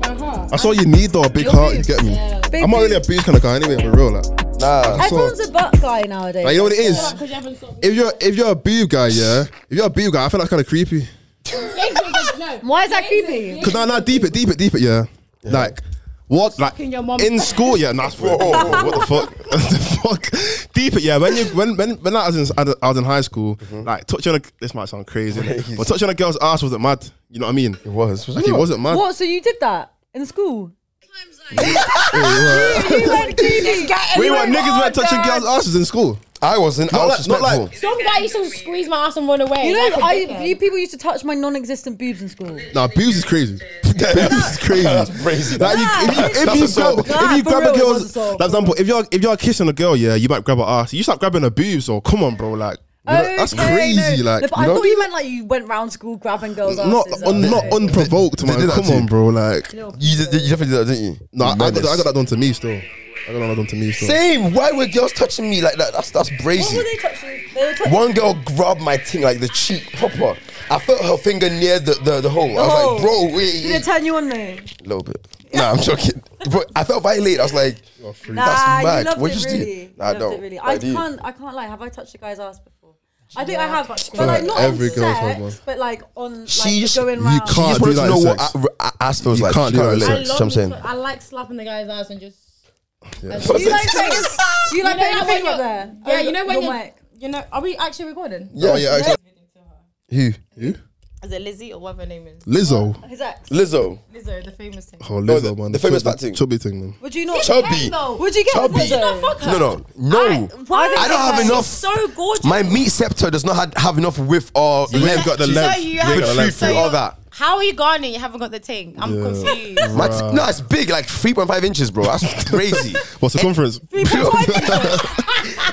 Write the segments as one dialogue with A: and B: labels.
A: That's all you need though, a big
B: Your
A: heart. You
B: boobs,
A: get me?
B: yeah.
A: I'm not really a booze kind of guy anyway, for real. Like,
C: Nah.
A: so-
B: Everyone's a butt guy nowadays.
A: like you know what it
D: I feel like
A: is.
D: 'cause you haven't stopped.
A: If you're if you're a boob guy, yeah. If you're a boob guy, I feel that's kind of creepy.
D: No.
B: Why is that creepy?
A: Cause now, now, deep it, deep it, deep it, yeah. Like, what, like,
D: Fucking your mum.
A: in school, yeah, nah, that's whoa, what the fuck, the fuck, deep it, yeah. When you, when, when, when I was in, I was in high school, like touching, a, this might sound crazy,
C: Mm-hmm. Crazy.
A: but touching a girl's ass wasn't mad. You know what I mean?
C: It was.
A: Like, it wasn't mad.
B: What? So you did that in school?
A: We were
D: oh
A: niggas were touching girls' asses in school.
C: I wasn't. I
A: Not
C: was
A: like- not
C: respectful.
A: like-
D: Some guy used to squeeze my ass and run away.
B: You know,
D: like a
B: I
D: dickhead.
B: you people used to touch my non-existent boobs in school.
A: Nah, boobs is crazy. boobs is crazy.
C: That's crazy.
A: Like you, if you, if
C: That's
A: you
C: assault.
A: grab,
B: Nah,
A: if you
B: for
A: grab
B: real,
A: a
B: it
A: girl's,
B: was assault.
A: for example, if you're if you're kissing a girl, yeah, you might grab her ass. You start grabbing her boobs, or come on, bro, like you know, that's
B: Okay,
A: crazy.
B: no.
A: Like
B: No,
A: you
B: but I
A: know?
B: thought you meant like you went round school grabbing girls'
A: not
B: asses.
A: un, not unprovoked, man.
C: did that
A: Come
C: to you.
A: on, bro, like
C: You, did, you definitely did that, didn't you?
A: no, I, I, got,
C: Menace.
A: I got that done to me still. I got that done to me still.
C: Same. Why were girls touching me like that? That's that's
B: What
C: crazy.
B: were they touching? They were touching.
C: One girl grabbed my thing like the cheek proper. I felt her finger near the the, the hole. I
B: hole.
C: was like, bro, wait,
B: Did it
C: wait.
B: turn you on though?
C: a little bit. Nah, I'm joking. But I felt violated. I was like, that's
B: Nah,
C: mad.
B: you loved it
C: what you just
B: really.
C: did?
B: You
C: Nah, I
B: loved
C: don't.
B: it really.
C: But
B: I
C: did.
B: can't. I can't lie. Have I touched a guy's ass before? I think I have, but like not
A: Every
B: on
A: girl's
B: set,
A: had one.
B: but like on
C: She
B: like
C: just-
B: going
C: you
B: round.
C: She
A: can't
C: just
A: do
C: wanted to
A: that
C: know
A: in
C: what
A: sex.
C: a- a- ass feels
A: You
C: like.
A: can't
C: She
A: do that in
C: relate.
D: I
A: sex.
C: That's what I'm
D: love
C: saying.
D: saying. I like slapping the guy's ass and just.
B: Do you like putting, do you like
D: You know
B: putting your
D: that when
B: finger up
D: you're- Oh,
B: there?
D: Yeah,
B: Over
D: you know when
B: your
D: you're.
B: mic?
D: You know, are we actually recording?
A: Oh yeah, actually.
C: Who?
A: You?
D: Is it Lizzie or whatever her name is?
A: Lizzo.
B: His ex.
C: Lizzo.
D: Lizzo, the famous thing.
A: Oh, Lizzo,
C: the-
A: man.
C: the famous
A: chubby-
C: fat thing.
A: Chubby thing, man.
B: Would you not?
C: Chubby.
B: Would you get
C: Chubby.
B: Lizzo?
C: Did you not No, no, no.
B: Why?
C: I don't have
B: She's
C: enough-
B: So gorgeous.
C: My meat scepter does not had- have enough width or length.
A: got the
C: to
A: length.
D: So you
A: You
D: have
A: got the
C: protrude
A: length.
D: so
C: through all
D: you're-
C: that.
D: How are you gardening? You haven't got the thing. I'm confused.
C: My t- no, it's big, like 3.5 inches, bro. That's crazy.
A: What's the conference?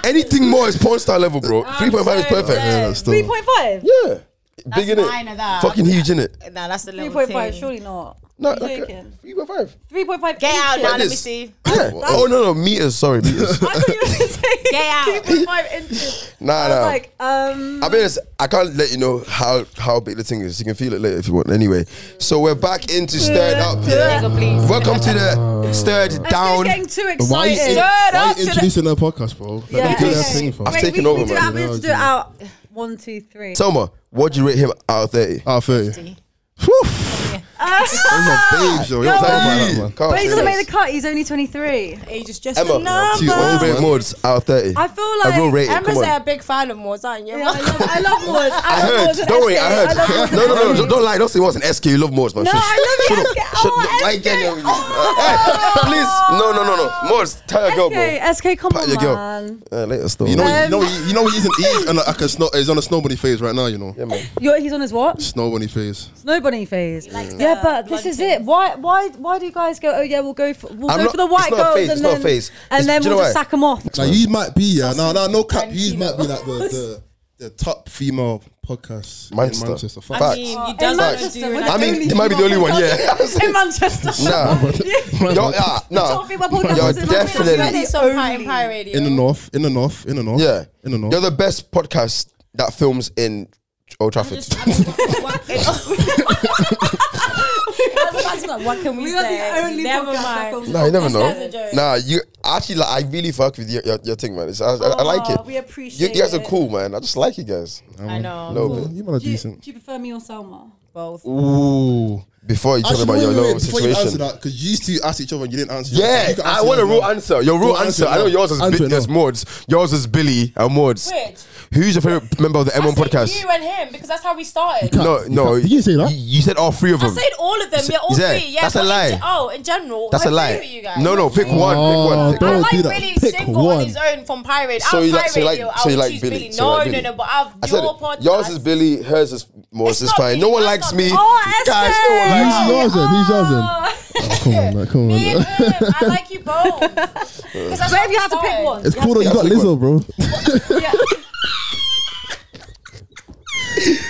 C: Anything more is porn star level, bro. 3.5 is
D: so
C: perfect.
D: dead.
A: Yeah, still.
B: Three point five.
C: Yeah. Big in
D: mine
C: it.
D: or that.
C: Fucking huge in it.
D: Nah, that's the
B: Three
D: little
B: point five.
D: thing.
B: Surely not.
C: No,
B: You're
C: like a
B: joking.
C: 3.5.
B: Three point five.
D: Get out now.
C: Like
D: Let me
C: this.
D: see.
C: Yeah. Oh, no, no, meters. Sorry, meters.
B: I thought you were saying
D: Get out.
B: Three point five inches.
C: Nah,
B: I was
C: nah.
B: like, um.
C: I'll be honest, I can't let you know how, how big the thing is. You can feel it later if you want. Anyway, so we're back into Stirred Up.
D: Nigga, please.
C: Welcome to the Stirred
B: Down.
C: Down.
B: Getting too
A: But why you,
B: excited.
A: why
B: up
A: you introducing her podcast, bro? Let
B: Yeah,
A: them do their
B: okay.
A: thing, fam.
C: I've Wait. taken
B: we,
C: over,
B: we do
C: man.
B: That, we have to do it out. One, two, three.
C: Selma, what do you rate him out of 30?
A: Oh, 30. Whew. Babes, yo. You're talking about
B: No way.
A: that, man.
B: Ah! but he
C: Oh,
B: doesn't make the cut. He's only 23.
D: Age is just
C: Emma,
D: a number.
C: what do you rate
A: man.
C: Mods out of 30?
B: I feel
C: A real
B: like
C: rating, come
D: Emma's
C: on.
D: a big fan of Moors, aren't you?
B: Yeah, I love, I love Maud. I,
C: I
B: love
C: heard.
B: Maud's an
C: Don't worry,
B: SK.
C: I heard.
B: love Maud's an
C: No, no, no,
B: SK.
C: don't, don't lie. Don't say what's an SK. You love Mods, man.
B: No,
C: Shut-
B: I
C: shut
B: love
C: up.
B: SK.
C: Shut
B: Oh,
C: up. Why you
B: SK.
C: getting your- Hey, please. No, no, no, no. Mods, tell your girl, bro.
B: SK, SK, come
C: Pat your
B: on, Oh,
C: girl.
B: man.
C: Uh, later, still.
A: You know,
B: Um,
A: you know, he- you know, he's, an, he's, on a, like a snow, he's on a snow bunny phase right now. You know,
C: yeah, man.
B: You're, he's on his what?
A: snow bunny phase.
B: Snow bunny phase.
C: Mm.
D: the
B: Yeah, but this is
D: blonde
B: it. Why, why, why do you guys go? Oh yeah, we'll go for, we'll
C: I'm
B: go
C: not-
B: for the
C: it's
B: white
C: not a
B: girls,
C: phase,
B: and
C: it's not a
B: then
C: phase. It's-
B: and then
C: do you
B: we'll
C: know
B: just
C: why?
B: sack them off.
A: Now you might be yeah, no, no, no cap. You
D: Tranquilo.
A: might be like the the, the top female podcast
C: Manchester.
A: in Manchester. Fuck.
D: I
C: Facts.
D: mean,
B: Oh,
D: you does
B: in
D: not
B: Manchester,
D: do
B: we're
D: it.
B: not
C: I mean,
B: only
C: it might be the only one,
B: female
C: yeah.
B: podcast in Manchester.
C: Nah. Yo, yeah, nah.
B: Top female podcast
C: You're
B: in Manchester.
C: definitely.
B: That's the only-
D: radio.
A: in the north, in the north, in the north.
C: Yeah.
A: in the north.
C: You're the best podcast that films in Old Trafford.
D: what can we,
B: We are the
D: say?
B: only
D: Never
B: podcast that
D: mind.
B: goes-
C: Nah, you never
D: That's a
C: know.
D: joke.
C: Nah, you actually like. I really fuck with your, your, your thing, man. It's, I, I, I like it.
B: Aw, Oh, We
C: You,
B: appreciate.
C: you guys are
B: it.
C: cool, man. I just like you guys.
D: I know.
C: No,
A: Ooh,
C: but-
A: you man are
B: Do you,
A: decent.
B: do you prefer me or Selma?
D: Both.
A: Ooh.
C: Before you talk
A: Actually,
C: about
A: wait,
C: your
A: wait, wait,
C: love
A: before you answer
C: situation.
A: that, because you used to ask each other and you didn't answer.
C: Yeah,
A: You can
C: I
A: answer
C: want a
A: now.
C: real answer. Your real
A: Go
C: answer. I
A: now.
C: know yours is
A: Answer
C: big
A: now.
C: as Maud's. Yours is Billy and Maud's.
D: Which?
C: Who's your favorite member of the M1 podcast?
D: You and him, because that's how we started.
C: No, no.
A: Did you say that?
C: You, you said all three of
D: I
C: them.
D: said all of them. Yeah, all
C: Yeah,
D: three. Yeah,
C: that's a
D: but in
C: lie.
D: ge- oh, in general,
C: That's
D: I
C: a lie.
D: agree with you guys.
C: No, no. Pick one. Pick one.
A: Oh,
C: Pick
D: I
C: one.
A: don't
D: like
A: do that.
D: Billy
A: Pick
D: single on
A: one.
D: his own from Pirate.
C: So
D: So
C: you
D: you
C: like- so you
D: Radio,
C: like- so
D: I
C: you
D: would
C: like
D: choose
C: Billy,
D: Billy.
C: so you
D: No,
C: like
D: no,
C: Billy.
D: no. But I've
C: I said
D: your
C: it.
D: podcast.
C: Yours is Billy. Hers is Maud's.
D: It's
C: It's
D: not
C: fine. No
D: Billy,
C: one
D: that's
C: likes
D: not
C: me.
D: Billy.
B: Oh,
C: Guys, no one
A: Who's
B: Esther!
C: likes me.
A: yours then? Who's yours then? Oh, come on, man, come on.
D: Me
A: man.
D: and him. I like you both. Because
B: But if you had to pick one,
A: It's cool though. You
C: Yeah,
A: got
C: pick one.
A: Lizzo, bro.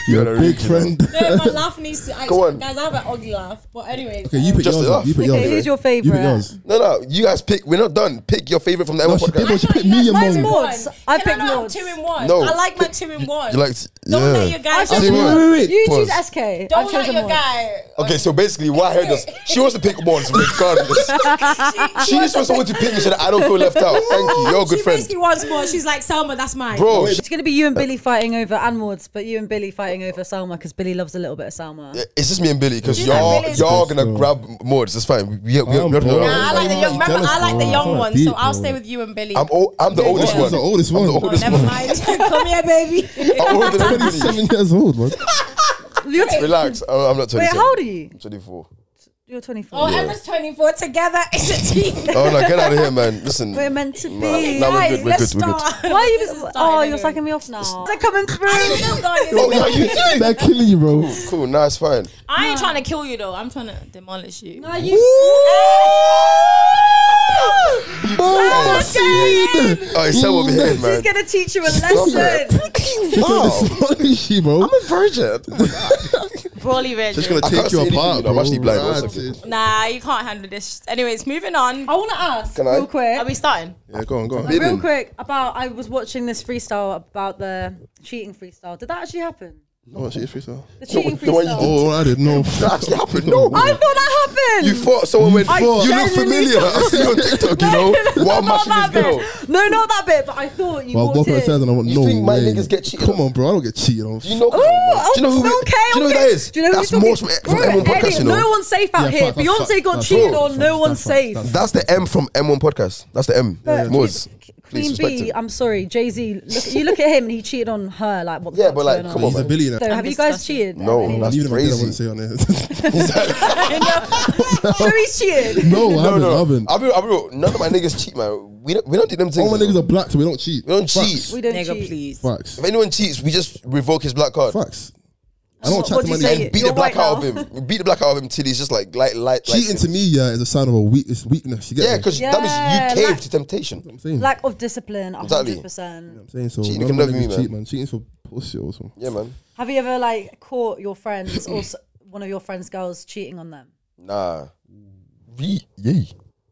C: You're
A: Your
C: a
A: big
C: regional.
A: friend.
E: No, my laugh needs to. Actually,
C: Go on.
E: guys. I have an ugly laugh, but anyways.
A: Okay, you pick
C: Just
A: yours.
C: enough.
A: up. You pick yours.
B: Okay, who's your
A: You pick
B: favourite?
A: yours.
C: No, no, you guys pick. We're not done. Pick your favorite from the
A: No,
C: Emma
A: she did
C: podcast.
A: what she
E: I thought
A: picked
E: you
A: me
E: guys liked
A: among.
B: more. Lords.
E: one.
B: I
E: Can
B: picked
E: not have
B: Lords.
E: Two in one.
C: No.
E: I like my two in one.
C: You like?
E: Don't
C: yeah.
E: let your guy.
B: I
E: choose
B: just-
C: Wait,
E: one.
C: wait, wait.
B: You
C: Pause.
B: choose SK.
E: Don't
B: I've
E: let
B: chosen
E: your
B: one.
E: guy.
C: Okay, so basically, why her does she wants to pick ones regardless. she just wants someone to pick me so that I don't feel left out. Thank you. You're a good
E: she
C: friend,
E: basically wants more. She's like Selma. That's mine.
C: bro. sh-
B: It's going to be you and Billy fighting over Anwards, but you and Billy fighting over Salma because Billy loves a little bit of Salma.
C: It's just me and Billy because
F: She's like
C: y'all
F: really
C: y'all
A: close,
C: gonna
A: bro.
C: grab modes. It's fine. We, we, we,
A: I'm
C: we-
A: bored.
F: Nah, I like the young.
A: Jealous,
F: Remember, I like the
A: bro.
F: young
A: Kinda
F: one,
A: deep,
F: so I'll
A: bro.
F: stay with you and Billy.
C: I'm old. I'm the oldest
A: She's
C: one.
A: the oldest one.
C: I'm the oldest
F: Never
C: one.
F: mind.
E: Come here, baby.
C: I'm older than Billy.
A: Seven years old, man.
B: You're t-
C: Relax. I'm I'm not 27.
B: Wait, how old are you?
C: I'm 24.
B: You're 24.
E: Oh, Emma's 24. Together is a team.
C: Oh no, get out of here, man. Listen.
B: We're meant to
C: Nah,
B: be.
C: nah, we're
E: Guys,
C: good. We're
E: let's
C: good. We're good.
E: start.
B: Why are you?
E: This is
B: oh,
E: starting
B: you're
E: anyway.
B: sucking me off now. They're coming through.
E: Still going, isn't
C: Oh,
E: it?
C: no, you too.
A: They're killing you, bro.
C: Cool. Nah, it's fine.
F: I ain't trying to kill you though. I'm trying to demolish you.
B: Are you?
C: Oh, oh it's so over here,
B: She's
C: man.
B: gonna teach you a
C: Stop it.
B: lesson.
C: Oh,
A: she, bro.
C: I'm a virgin. Oh
F: Broly Ridge.
G: Just gonna
C: I
G: take
C: can't
G: you
C: see anything,
G: apart,
C: you know,
G: bro.
C: I'm actually blind.
G: Relax.
C: One second.
F: Nah, you can't handle this. Anyways, moving on.
B: I want to ask
C: Can I?
B: real
F: Are
B: quick,
F: we starting?
G: Yeah, go on, go on.
C: Bit-
B: real
C: kidding?
B: quick about I was watching this freestyle about the cheating freestyle. Did that actually happen?
G: Oh, shit, it's freestyle.
B: The cheating
C: the one you
B: freestyle.
A: Oh, I didn't know.
C: That actually happened. No.
B: I thought that happened.
C: You thought someone went,
B: I
C: you look
B: genuinely
C: familiar. I see you on TikTok, you know? What
B: not
C: mashing
B: that
C: this
B: bit.
C: girl?
B: No, not that bit. But I thought you
A: Well, I
B: walked
A: walk
B: in.
A: upstairs and I went,
C: You
A: no
C: think my
A: way.
C: niggas get cheated
A: Come
C: on?
A: on, bro. I don't get cheated on.
C: Do you know,
B: Ooh,
C: do you know who, we-
B: okay,
C: do you know who
B: okay.
C: that is?
B: Do you know
C: That's
B: who you're
C: Morse
B: talking-
C: from, from
B: Bro,
C: M1 Podcast,
B: Eddie,
C: you know?
B: No one's safe out
A: Yeah,
B: here.
A: fuck, fuck,
B: Beyonce
A: fuck,
B: got
A: fuck,
B: cheated
A: fuck,
B: on.
A: fuck,
B: no
A: fuck,
B: one's
A: fuck,
B: safe.
A: fuck,
C: That's the M from M1 Podcast. That's the M.
B: But
C: Morse.
B: Queen
C: Please respect
B: B,
C: him.
B: I'm sorry, Jay Z. Look, you look at him and he cheated on her. Like what? The
C: Yeah,
B: fuck's
C: but, like,
B: going
C: come
B: on?
A: He's a billionaire.
B: So have you guys
F: disgusting.
B: cheated?
C: No, that's
A: Even if I did, I wouldn't
C: crazy.
A: say on it.
B: so he's cheated.
A: no, I
C: No,
A: haven't. I
C: no,
A: haven't.
C: I'll be, I'll be real. None of my niggas cheat, man. We don't, we don't do them things.
A: All my
C: you know?
A: niggas are black, so we don't cheat.
C: we don't
A: Facts.
C: cheat.
B: We don't
E: Nigga,
B: cheat.
E: please.
A: Facts.
C: If anyone cheats, we just revoke his black card.
A: Facts. I don't
B: What-
A: chat
B: what
A: to
B: do
A: my
B: you say?
A: niggas.
C: and beat the
B: You're
C: black
B: white
C: out of him. We beat the black out of him till he's just like light, light, light.
A: Cheating to me, yeah, is a sign of a weak, it's weakness. You get
C: Yeah,
A: me?
C: because that
B: Yeah,
C: means you caved
B: like-
C: to temptation.
A: I'm saying.
B: Lack of discipline,
C: Exactly.
B: 100%.
A: I'm saying so.
C: Cheating
A: none
C: can
A: of my
C: never be,
A: niggas
C: man.
A: Cheat, man. Cheating's for pussy or something.
C: Yeah, man.
B: Have you ever like caught your friends or s- one of your friends' girls cheating on them?
C: Nah. Re- yeah.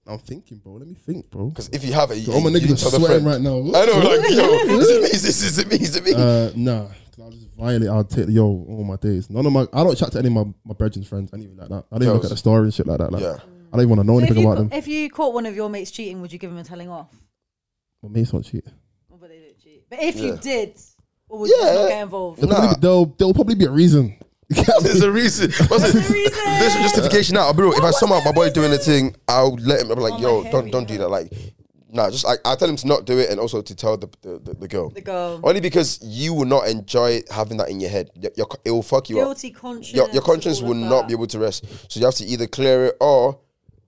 A: I'm thinking, bro. Let me think, bro.
C: Because if you have it, you,
A: All my
C: you
A: niggas are
C: tell the
A: sweating
C: friend.
A: right now.
C: I know, like, yo, is it me? Is it, is it me? Is it me?
A: Uh, nah, 'cause I'll just violate. I'll take the yo all my days. None of my. I don't chat to any of my my brethren's friends, anything like that. I don't even look at
C: Girls.
A: the story and shit like that. Like,
C: Yeah.
A: I don't even want to know
B: So if,
A: anything
B: you,
A: about
B: ca-
A: them.
B: if you caught one of your mates cheating, would you give him a telling off?
A: My mates don't cheat.
B: Or would they don't cheat? But if you
C: Yeah.
B: did, or would you just not
C: Yeah.
B: get involved?
A: There'll, probably
C: Nah.
A: be, there'll, there'll probably be a reason.
C: There's a reason. What's it? There's a justification now. I'll be real. If I somehow my boy doing a thing, I'll let him. I'll be like, yo, don't don't do that. Like, nah, just like I tell him to not do it, and also to tell the the, the, the girl.
B: The girl.
C: Only because you will not enjoy having that in your head. Your, your, it will fuck you up.
B: Guilty conscience.
C: Your, your conscience
B: all
C: will
B: of
C: not
B: that.
C: be able to rest. So you have to either clear it or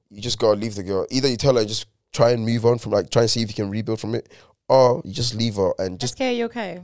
C: you just gotta leave the girl. Either you tell her just try and move on from like try and see if you can rebuild from it, or you just leave her and just
F: Okay, you okay?